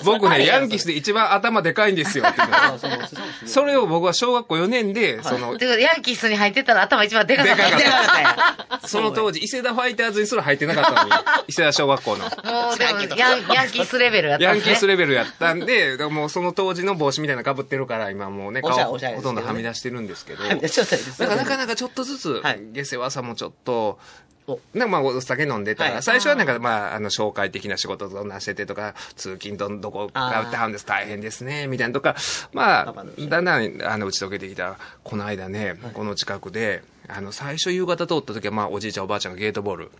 ぼ僕ね、ヤンキースで一番頭でかいんですよっていう <laughs> のがそうそうそうそれを僕は小学校4年で、<laughs> そのて、いうか、ヤンキースに入ってたら頭一番でかかった。でかかっだからその当時、伊勢田ファイターズにすら入ってなかったのに、 <laughs> 伊勢田小学校の。もう、でもヤン、ヤンキースレベルやったヤんンですキね。ースレベルやったんで、でももうその当時の帽子みたいなの被ってるから、今もうね、おしゃれ顔、おしゃれでほすけどとんねどはみ出してるんですけど、はないんちょっとですかなかなかちょっとずつはい、下世話さもちょっとお、なんかまあお酒飲んでたはら、い最初はなんかまあ、あの、紹介的な仕事どんなしててとか、通勤どんどこがってはんです、大変ですね、みたいなとか、まパパあの、だんだん、あの、打ち解けてきた、この間ね、この近くで、あの、最初夕方通った時は、まあ、おじいちゃんおばあちゃんがゲートボール、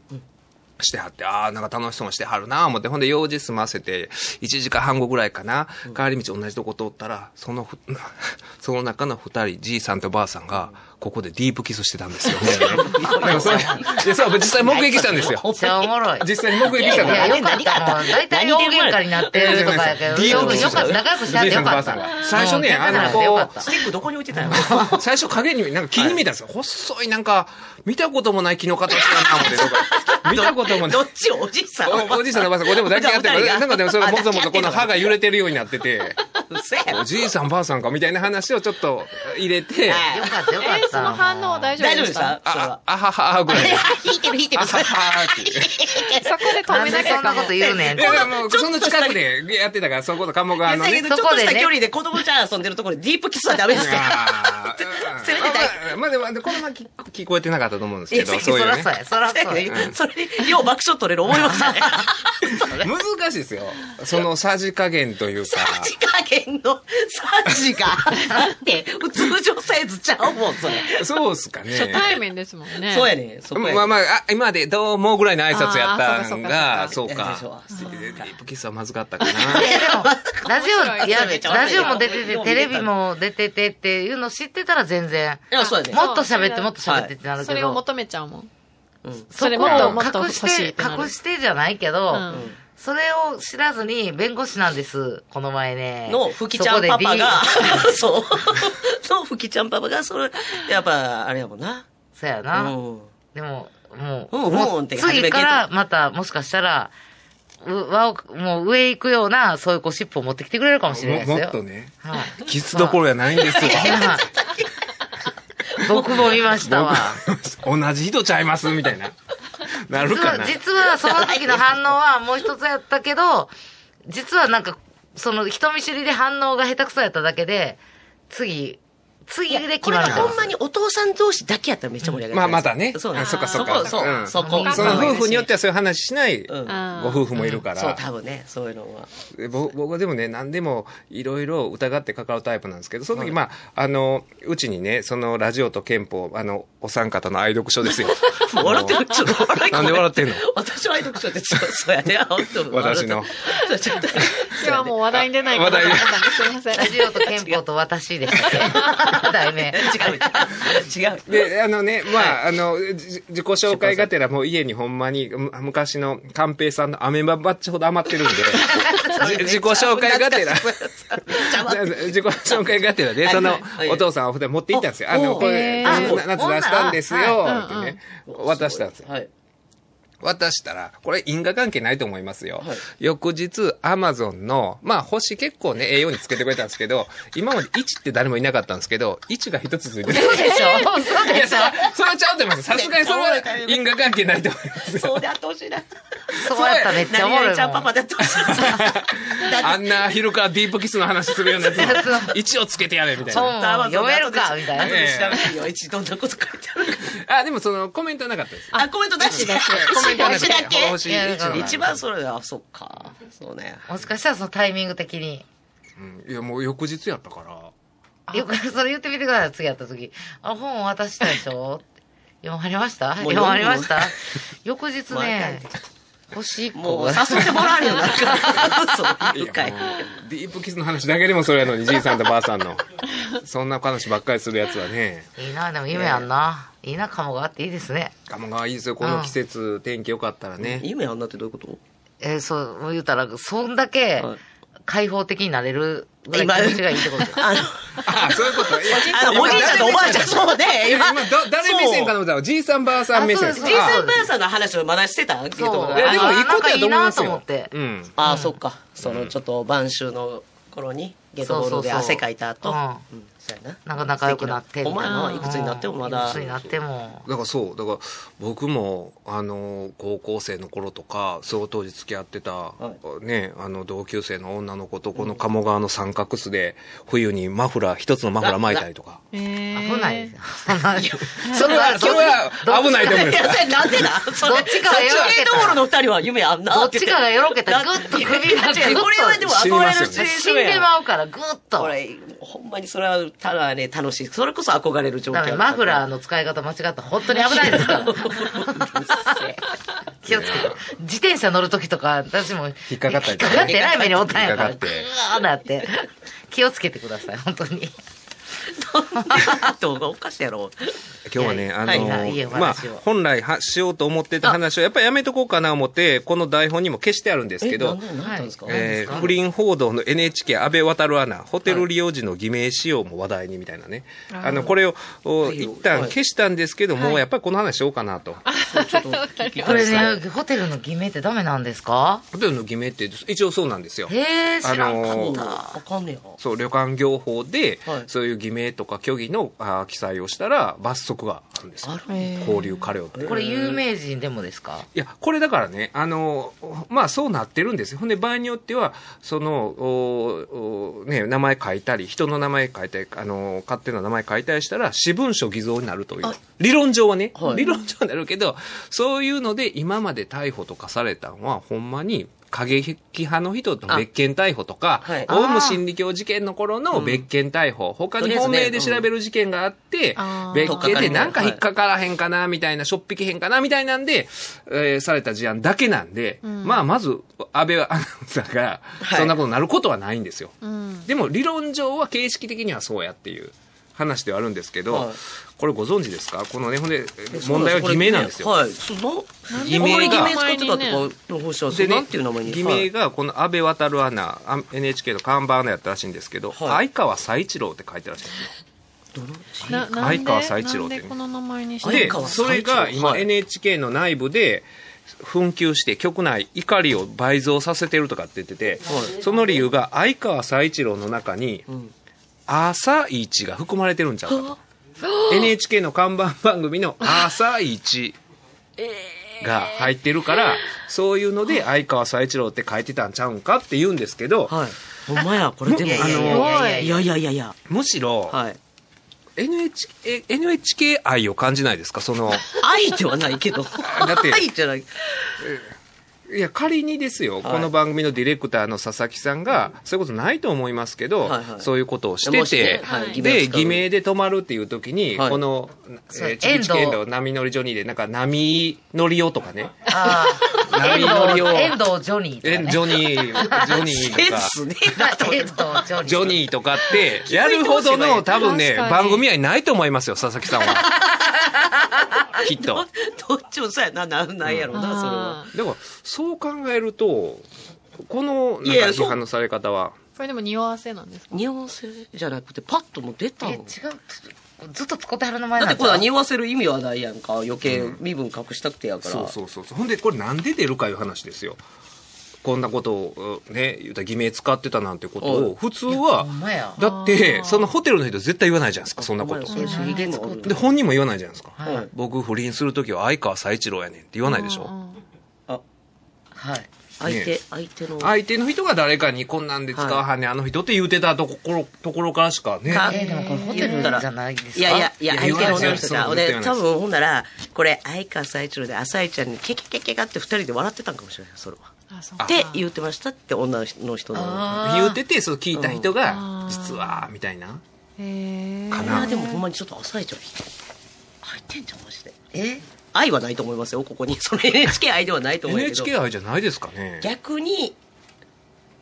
してはって、ああ、なんか楽しそうにしてはるなぁ思って、ほんで用事済ませて、1時間半後ぐらいかな、帰り道同じとこ通ったら、そのふ、 <laughs> その中の二人、じいさんとばあさんが、ここでディープキスしてたんですよ。なんかそういや、そう、実際目撃したんですよ。めっちゃおもろい。実際に目撃したいんでや、すよ。よかったもん。大体大喧嘩になってるとかやけど、よく、よかった。仲良くしなってよかった。最初ね、あの、よこかうっ、た。スティックどこに置いてたの最初影に、なんか木に見えたんですよ。細い、なんか、見たこともない木の形だな、思ってとか。見たこともないど。っちおじいさんおおじいさんのおばあさん、これでも抱き合ってる。なんかでもそれもぞもぞこの歯が。が揺れてるようになってて、うっせえおじいさんばあさんかみたいな話話をちょっと入れて、はいよかったよかった。その反応大丈大夫丈夫ででししたたそれはあ、あははぐらい <laughs> で。引いてる引いてるあははっていう。そこで止なめんなできそゃんいけなないこと言うねん。いや、でも、その近くでやってたから、そういうこと、鴨川のね。ちょっとした距離で子供ちゃん遊んでるところでディープキスはダメですか <laughs> あ <laughs> ーせめて大まあまあ、まあでも、このまま聞聞こえてなかったと思うんですけいど、やそういそうらねそ。うや、そらそうや。ねそれで、よう爆笑取れる思いましたね。難しいですよ。そのさじ加減というか。さじ加減のさじが、だって、通常サイズちゃうもん、それ。そうっすかね。初対面ですもんね。そうやねそこやねまあまあ、あ今までどうもぐらいの挨拶やったんあが、ーそうか。そうかそうかディープキスはまずかったかな。ラジオ、いや、面白いラジオも出てて、テレビも出ててっていうの知ってたら全然、いや、そうやねもっと喋って、もっと喋ってってなるそけれをど、求めちゃうもん。そそれこもっともっとを隠欲し、しいっててなる隠してじゃないけど、うんそれを知らずに弁護士なんです、この前ね。の、ふきちゃんパパがそこで <laughs> D、そう。の、ふきちゃんパパが、それ、やっぱ、あれやもんな。そうやうな。ん。でも、もうんうう、んもっうて始めて次からまた、もしかしたら、うわお、もう上行くような、そういうゴシップを持ってきてくれるかもしれないもですよ。もっとね。はい。 <laughs> キスどころやないんですよ。はい僕も見ましたわ。僕同じ人ちゃいますみた <laughs> いな。なる実かは、な。実はその時の反応はもう一つやったけど、実はなんか、その人見知りで反応が下手くそやっただけで、次、次で決これまはるからほんまにお父さん同士だけやったらめっちゃ盛り上がる。まあ、またね。そうあそっかそっそか。こ、そうう、んそこ。その夫婦によってはそういう話しないうん。あご夫婦もいるかそう、ら。多分ね、そういうのは。。えぼ僕はでもね、何でもいろいろ疑ってかかるタイプなんですけど、その時、まあ、あの、うちにね、そのラジオと憲法、あの、お三方の愛読書ですよ <laughs> 笑ってる、ちょっと笑いなんで笑ってんの私は愛読書って、そうそうやね、本当私の。そうちょっとではもう話題に出ないかなと思ったん <laughs> です。すい <laughs> ません。ラジオと憲法と私でしたっけ <laughs> 題名。違う、違う。 <laughs> で、あのね、まあ、あの、じ自己紹介がてら、もう家にほんまに、む昔の寛平さんのアメンババッチほど余っ <laughs> てるんで、じ自己紹介がてら、 <laughs> 自己紹介がてらで、はいそのはい、お父さんお二人持って行ったんですよ。おあの、こへれ、ーな夏出したんですよ、はいってね、渡したんですよ。はい。渡したら、これ因果関係ないと思いますよ。はい翌日、アマゾンの、まあ星結構ね、栄養につけてくれたんですけど、今まで1って誰もいなかったんですけど、1が一つつい <laughs> てる。そうでしょそういでや、しそょれは、それはちゃうと思います。さすがにそれは因果関係ないと思いますよ。 <laughs> そうであってほしいな。そうやったらめっちゃおも何ろ々いちゃんもパんパ。であってほしい。あんな昼からディープキスの話するようなやつも、1をつけてやれ、みたいそうな。読めるかみたいな後。で調べてよ、一どんなこと書いてあるか。あ、でもその、コメントはなかったです。あ、コメントなしだけ。コメントはななかしっただけ。星1の一番それだ、あそっか。そうね。もしかしたらそのタイミング的に。うんいや、もう翌日やったから。よく、それ言ってみてください、次やった時。あ、本を渡したでしょって読まれましたもう読読むまれ <laughs> ました翌日もうあかんねで、星1個もう、が。誘ってもらえるようになる <laughs> から。そういいやう回もうディープキスの話だけでもそれやのに、じいさんとばあさんの。そんな話ばっかりするやつはね。いいな、でも夢あんな。いいな、かもがあっていいですね。鴨川いいですよ。この季節、天気良かったらね。夢あんなってどういうことえーそう、もう言うたら、そんだけはい開放的になれるぐらい気持ちがいいってことで <laughs> す。あの、あそういうこと。あの、おじいちゃんとおばあちゃん、そうね。いや今、ど誰目線かの。と思ったら、じいさんばあさん目線ですあじいそうでさんばすあさんの話をまだしてたっていうところそういや、でも、いいことやと思いあなんかいいますよ。なと思ってうん。ああ、そっか。その、ちょっと、晩秋の頃に、ゲットボールで汗かいた後。そううそうそんそうやなんか仲良くなってお前みたはいなくつになってもまだ。いくつになっても。だからそう、だから僕も、あの、高校生の頃とか、その当時付き合ってた、ね、あの、同級生の女の子と、この鴨川の三角巣で、冬にマフラー、一つのマフラー巻いたりとか。危ないですよ。 <laughs> そそれは、それは危ないと思うんいですよや、それなんでだそれどっちかがそっちよろけの道路たの二人は夢あんなどってち言てかがよろけたら、ぐっと首いがやぐ違っうとこれはでも憧れのシチュエーショ死んンでやまうから、ぐっとこ。れ、ほんまにそれは、ただね、楽しい。それこそ憧れる状況だやかからら。マフラーの使い方間違ったら本当に危ないです <laughs> から。気をつけて。自転車乗るときとか、私も引っかかったりと引っかかかってえらい目におったんやから。引っかかってぐわーなって。気をつけてください、本当に。動画おかしいやろ。今日はね、あのいやいやいやまあ話を、本来はしようと思ってた話を、やっぱりやめとこうかな思って、この台本にも消してあるんですけど、えなんでなんだったんですか、えー何ですか不倫報道の NHK 安倍渡るアナ、ホテル利用時の偽名使用も話題にみたいなね。あの、これを、おはい一旦消したんですけども、やっぱりこの話しようかなと。ちょっと聞きこたいでれすねね、ホテルの偽名ってダメなんですかホテルの偽名って一応そうなんですよ。へえ、知らんかあのった。わかんねえな。そう、旅館業法で、はいそういう偽名とか虚偽のあー記載をしたら罰則があるんですよ。交流過料って。これ有名人でもですかいや、これだからね、あの、まあそうなってるんですよ。ほんで、場合によっては、その、おおね、名前書いたり、人の名前書いたり、あの、勝手な名前書いたりしたら、私文書偽造になるという。理論上はね、はい理論上はなるけど、そういうので、今まで逮捕とかされたのは、ほんまに、過激派の人と別件逮捕とか、あはいオウム真理教事件の頃の別件逮捕、他に本命で調べる事件があって、うん別件でなんか引っかからへんかな、みたいな、しょっぴきへんかな、みたいなんで、えーされた事案だけなんで、まあ、まず、安倍アナウンサーが、はいそんなことになることはないんですよ。うん。でも、理論上は形式的にはそうやっていう話ではあるんですけど、はいこれご存知ですかこのね、ほんで、問題は偽名なんですよ。はい。その、偽名偽が名使ってたとか、の方針は、そでうなねんていう名前に。偽はい名がこの安倍渡るアナ、あ NHK の看板アナやったらしいんですけど、はい相川佐一郎って書いてらっしゃるんですよ。ななん相で、川佐一な郎んってでこの名前にした相で川、それが最長は今い NHK の内部で、紛糾して局内怒りを倍増させてるとかって言ってて、はいその理由が相川佐一郎の中に、ん朝一が含まれてるんちゃうかと。NHK の看板番組の朝一が入ってるから、そういうので相川佐一郎って書いてたんちゃうんかって言うんですけど、はい。ほんまや、これでも、あいやいやの、やいいやいやいやいや。むしろ、はい。 NHK, NHK 愛を感じないですかその、愛ではないけど。だって愛じゃない。いや、仮にですよ、はいこの番組のディレクターの佐々木さんが、そういうことないと思いますけど、はいはいそういうことをしてもて、しねはいで、偽偽名名で泊まるっていう時に、はいこの、そうえー、チキチ遠キエン藤ド、波乗りジョニーで、なんか、波乗りよとかね、ああ、波遠乗り藤、を、遠藤ジョニーとえかね。ジョニー、ジョニーとでか。すね。遠藤ジョニー。ジョニーとかって、やるほどの多分ね、確かに番組愛ないと思いますよ、佐々木さん <laughs> は。きっと。どっちもそうやな、なんなんやろうな、それは。あーだから、そう考えると、この、なんかいやそう批判のされ方は、これでも匂わせなんですか匂わせじゃなくて、パッともう出たえ、違のう。。ずっと使ってはる名前だっなてんこれだは。匂わせる意味はないやんか。余計身分隠したくてやから。そうそうそうそうほんでこれなんで出るかいう話ですよこんなことをうね言うたら偽名使ってたなんてことうをん普通ほんはまや。だってそのホテルの人絶対言わないじゃないですかそんなこほまやそういとう主義でもあるで本人も言わないじゃないですか、はい僕不倫する時は相川佐一郎やねんって言わないでしょ、あはい。相ね手、相手の。相手の人が誰かにこんなんで使わはんねん、あの人って言うてたところところからしかねかえーでもこれホテルじゃないですかいやいや、いや、いや相手の女の人言が。わないです俺、よ多分ほんなら、これ、相川最一郎で朝井ちゃんにケケケケがって二人で笑ってたんかもしれない、それは。あ、そうっか。て言ってましたって、女の人の。あ言うててそう聞いた人うがん実はみたいなへえ。かいなや、でもほんまにちょっと朝井ちゃん、入ってんじゃん、マジで。ーえ愛はないと思いますよ、ここに。その NHK 愛ではないと思うんやけど。 NHK 愛じゃないですかね逆に、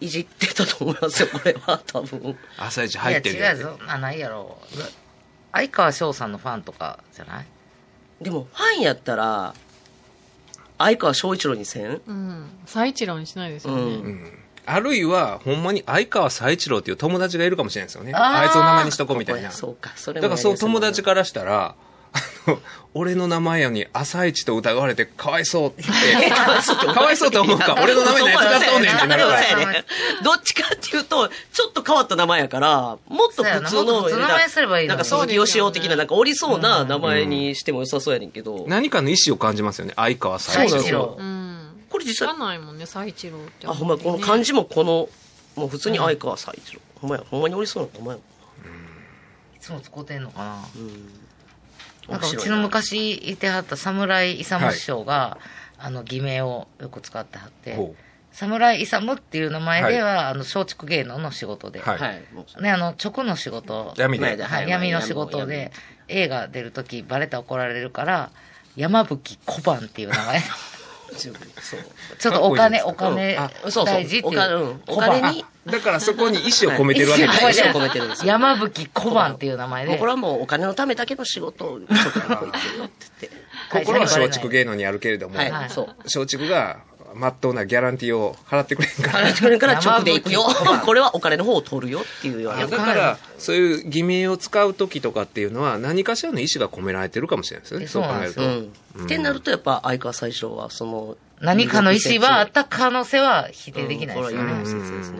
いじってたと思いますよ、これは、多分。朝一い入やってる違うぞ。あ、ないやろ。相川翔さんのファンとかじゃないでも、ファンやったら、相川翔一郎にせんうん。佐一郎にしないですようね。うんあるいは、ほんまに相川佐一郎っていう友達がいるかもしれないですよね。あーあいつの名前にしとこうみたいな。そうか、それだもやからりそやうすいも友んな <laughs> 達からしたら、あの、俺の名前やのに朝一と疑われてかわいそうって、かわいそうと思 <laughs> うか、俺の名前何使っとんねんってなるから。そうやねどっちかっていうと、ちょっと変わった名前やから、もっと普通の、そうやなもっと普通の名前すればいいなのんにか鈴木義雄的な、なんかおりそうな名前にしても良さそうやねんけど。何かの意思を感じますよね、相川佐佐一郎。一郎う。ん。これ実知ら際、ないもんね、佐一郎って。あ、ほんまやこの漢じ。字もこの、もう普通に相川佐一郎。ほんまや、ほんまにおりそうな名前やいつも使ってんのかなもん。なんかうち面白いの昔いてはった侍勇師匠が、あの偽名をよく使ってはってほう侍勇っていう名前では、あの松竹芸能の仕事で、はいはい。もうねあの直の仕事闇ではいはい闇の仕事で映画出る時バレたら怒られるから山吹小判っていう名前中国そうちょっとお金、かおっこいい金ですあそうそう大事っていう。お金うんお金にだからそこに意思を込めてるわけ意で思すをよ込めてる込めてるんですよ山吹小判っていう名前もうでこれ。はもうお金のためだけの仕 <laughs> 事をちょっとこう言ってるよって言って会社心にバレはない松竹芸能にあるけれども、はい、はいそう松竹がまっとうなギャランティーを払ってくれんから話してくれるから直で行くよ山吹小 <laughs> 判これはお金の方を取るよっていうようあなだから、そういう偽名を使う時とかっていうのは、何かしらの意思が込められてるかもしれないですよね。えそう考えるそと。うん、ってなるとやっぱ相川最初はその何かの意思はあった可能性は否定できないですようんこれはね有名。な説ですね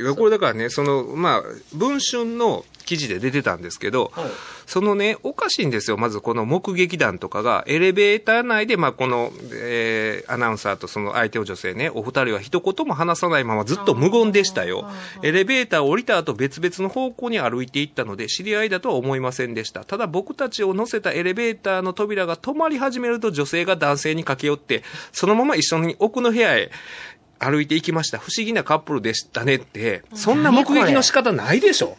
いやこれだからね、その、まあ、文春の記事で出てたんですけど、はいそのね、おかしいんですよ。まずこの目撃談とかが、エレベーター内で、まあ、この、えーアナウンサーとその相手の女性ね、お二人は一言も話さないままずっと無言でしたよ。エレベーターを降りた後別々の方向に歩いていったので、知り合いだとは思いませんでした。ただ僕たちを乗せたエレベーターの扉が止まり始めると女性が男性に駆け寄って、そのまま一緒に奥の部屋へ、歩いていきました。不思議なカップルでしたねって、そんな目撃の仕方ないでしょ。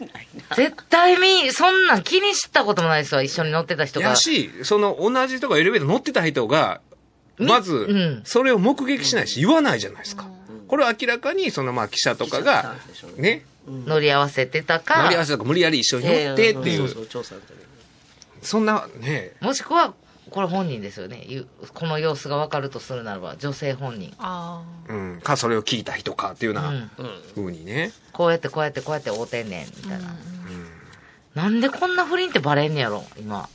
絶対み、そんなん気にしたこともないですわ、一緒に乗ってた人がや。し、その同じとかエレベーター乗ってた人が、まうずん、それを目撃しないし、言わないじゃないですか。これは明らかに、そのまあ記者とかが記者さんでしょ、うね、乗り合わせてた乗かり合、わせとか無理やり一緒に乗ってっていそううそ、う調査の時にそんなね、もしくは、これ本人ですよね。ゆこの様子がわかるとするならば、女性本人。ああ。うん、か、それを聞いた人かっていうよううなん風にね。こうやってこうやってこうやって会うてんねん、みたいな。なんでこんな不倫ってバレんねやろ、今。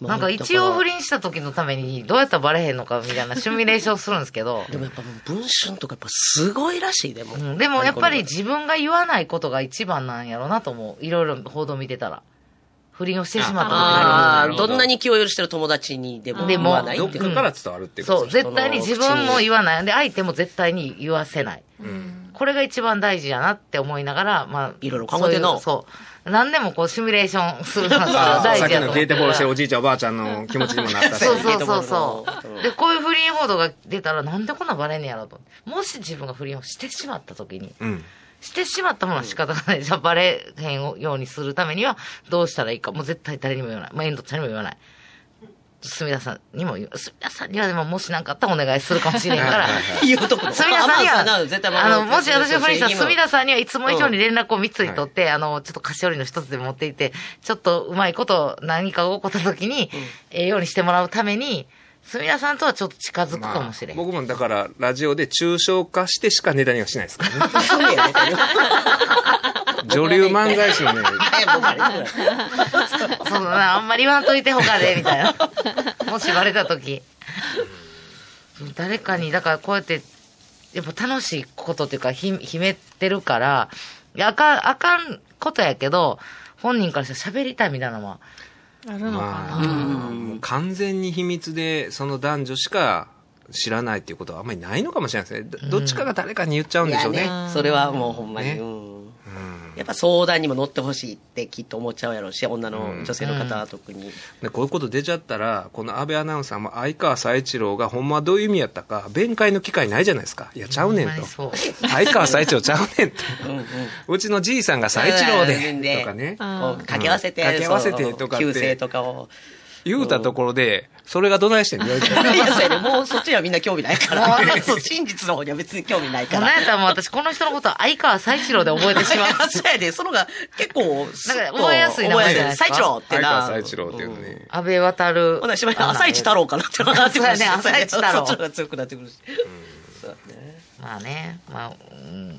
まなあんか一応だ不か倫した時のためにどうやったらバレへんのかみたいなシミュレーションするんですけどら。でもやっぱもう文春とかやっぱすごいらしいでも、うんでもやっぱり自分が言わないことが一番なんやろなと思う。いろいろ報道見てたら。不倫をしてしまったことがああなるあほどどんなに気を許してる友達にでもで言もわないどっってかいう <laughs> かから伝わるっている。うこそう、とですね絶対に自分も言わない。で、相手も絶対に言わせない。これが一番大事やなって思いながら、まあ、いろいろ考えてんそういなうそう。何でもこう、シミュレーションするのがあー大さ事っきやと思のうデータフォローしてるおじいちゃんおばあちゃんの気持ちにもなった <laughs> し。そうそうデータそうボそールのう。で、こういう不倫報道が出たら、なんでこんなバレんねやろと。もし自分が不倫をしてしまった時に、うん。してしまったものは仕方がない。じゃあバレへんようにするためには、どうしたらいいか。もう絶対誰にも言わない。まあ、遠藤ちゃんにも言わない。墨田さんにも言う。墨田さんにはでも、もし何かあったらお願いするかもしれんか <laughs> はらいはいはい。言うとこ墨田さんにアマンさんな絶対守は、あらないの、もし私が不倫したら、 <laughs> そうそう墨田さんにはいつも以上に連絡を三つに取って、あの、ちょっと菓子折りの一つでも持っていて、ちょっとうまいこと何かが起こった時に、ええようにしてもらうために、墨田さんとはちょっと近づくかもしれん。僕もだから、ラジオで抽象化してしかネタにはしないですからね。そうやね女流漫才師のね、もうバレ <laughs> てるから <laughs> そうだな、あんまり言わんといてほかで、みた <laughs> いな。もしバレた時。誰かに、だからこうやって、やっぱ楽しいことっていうか、ひ、秘めてるから、いやあかん、あかんことやけど、本人からしたら喋りたいみたいなのは、あるのかまあ、もう完全に秘密で、その男女しか知らないっていうことはあんまりないのかもしれないですね。どどっちかが誰かに言っちゃうんいでしやょうね。ねそれはもうほんまに、ねうんやっぱ相談にも乗ってほしいってきっと思っちゃうやろうし女の女性の方は特に、でこういうこと出ちゃったら、この安倍アナウンサーも相川佐一郎がほんまはどういう意味やったか、弁解の機会ないじゃないですか。いや、ちゃうねんほんまとに。そう相川佐一郎ちゃうねんと。うちのじいさんが佐一郎うんで、とかね。こう掛け合わせて、うん掛け合わせてとかって旧姓とかを。言うたところで、それがどないしてんの言われていやそうやねもうそっちはみんな興味ないから。そう、真実の方には別に興味ないかもうら。なんやったらもう私、この人のことは相川最一郎で覚えてしまう。そうやで、そのが結構、すっとなんか覚えやすい名前じゃないですか覚えやすい最一郎って相な。川佐一郎っていうのね。 <laughs> 安倍渡る。ほな、しまいに朝一太郎かなってなってくるし。そうやね朝一太郎そっちの方が強くなってくるし。そうやねまあね、まあ、うん。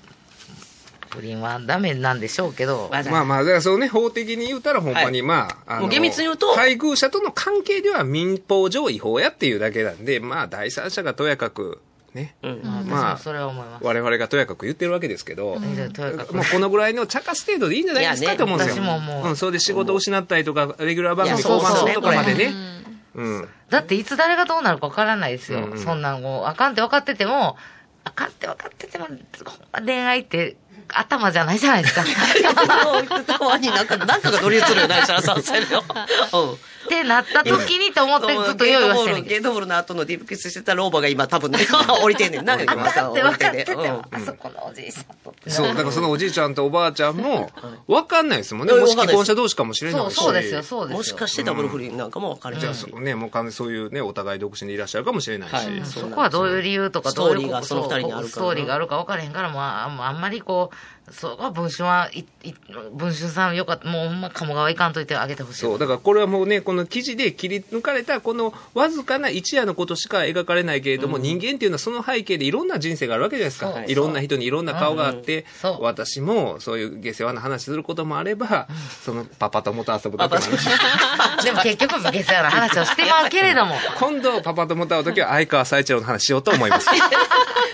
不倫はダメなんでしょうけど。まあまあまあ、だからそのね、法的に言うたらほんまに、はいまあ、あのもう厳密に言うと配偶者との関係では民法上違法やっていうだけなんで、まあ、第三者がとやかく、ね、まあ、私まあもそれは思います。我々がとやかく言ってるわけですけど、うんとやかくもうこのぐらいの茶化す程度でいいんじゃないですいやかねと思うんですよ。、私ももうんそれで仕事を失ったりとか、レギュラー番い組やそう降そう板するとかまでね。うん。だっていつ誰がどうなるかわからないですよ。うんうんそんなんもう、あかんって分かってても、あかんって分かってても、ほんま恋愛って頭じゃないじゃないです <laughs> か。頭になんか、なんかが乗り移るよな、石原さん、それよ。うん。ってなった時にと思ってずっと用意はしてるんゲけートボールゲートボールの後のディープキスしてた老婆が今多分ね、降りてんねんな。ど。分かって分かってて、うんあそこのおじいさんとってなそう、だからそのおじいちゃんとおばあちゃんも、わかんないですもんね。うんもわしかんないで既す婚者同士かもしれなそいうし。そうですよ、そうですよ。もしかしてダブル不倫なんかも分かれちじゃゃあうそし。うね、もう完全にそういうね、お互い独身でいらっしゃるかもしれないし。はいそこはどういう理由とか、どうストーリいうーがその二人にあるからなストーリーがあるか分からへんから、まあ、ああんまりこう、そこは文春は、いい文春さんよかった、もうほんま鴨川行かんといてあげてほしい。そう、だからこれはもうね、この記事で切り抜かれた、このわずかな一夜のことしか描かれないけれども、人間っていうのはその背景でいろんな人生があるわけじゃないですそか。ういろんな人にいろんな顔があってそう、私もそういう下世話な話することもあれば、そのパパ友と遊ぶパ時もあパるし。 <laughs> でも結局、下世話な話をしてまうけれども。今度パパ友と会う時は相川最長の話しようと思います。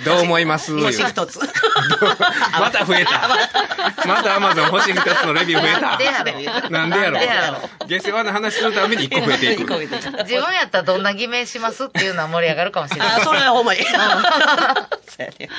どう思います星言う一つ。また増えた。またアマゾン星一つのレビュー増なんでえやろた。なんでやろ <laughs> なんでやろ下世話な話するために一個増えてい一く個。増えていく自分やったらどんな偽名しますっていうのは盛り上がるかもしれない <laughs> あ。ー、 <laughs> それはほんまに。そうやね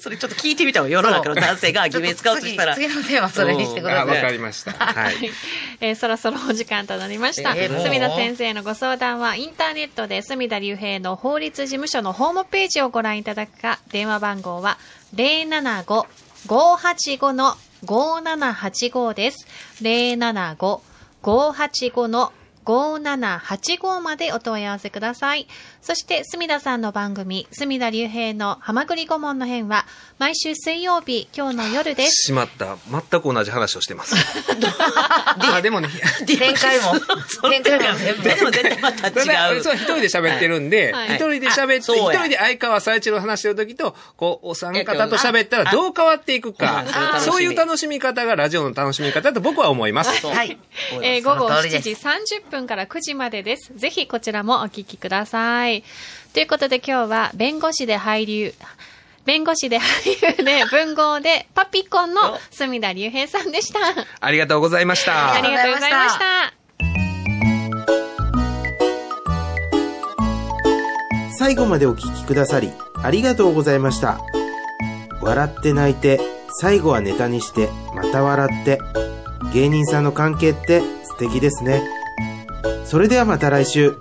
それちょっと聞いてみたわ。世の中の男性が偽名使うとしたら。次次のテーマそれにしてくだあ、わさい。かりました。 <laughs> はい。 <laughs> えーそろそろお時間となりました。えーもう隅田先生のご相談はインターネットで隅田隆平の法律事務所のホームページをご覧いただくか、電話番号は075-585の5785です。075-585の5785までお問い合わせください。そして、隅田さんの番組、隅田隆平のハマグリ顧問の編は、毎週水曜日、今日の夜です。しまった。全く同じ話をして <laughs> ます。あ、でもね、展開も、展開も全部。でも絶対またただ違う。 <laughs> そう一人で喋ってるんで、はい一人で喋って、はい一あ人で相川さやちの話してる時と、こう、お三方と喋ったらあどう変わっていくかあ、そういう楽しみ方がラジオの楽しみ方だと僕は思います。そうはい。えー午後その通り7で時30分から9時までです。ぜひこちらもお聞きください。ということで今日は弁護士で俳優、弁護士で俳優で文豪でパピコンの隅田隆平さんでした。ありがとうございました。ありがとうございました。最後までお聞きくださり、ありがとうございました。笑って泣いて、最後はネタにして、また笑って。芸人さんの関係って素敵ですね。それではまた来週。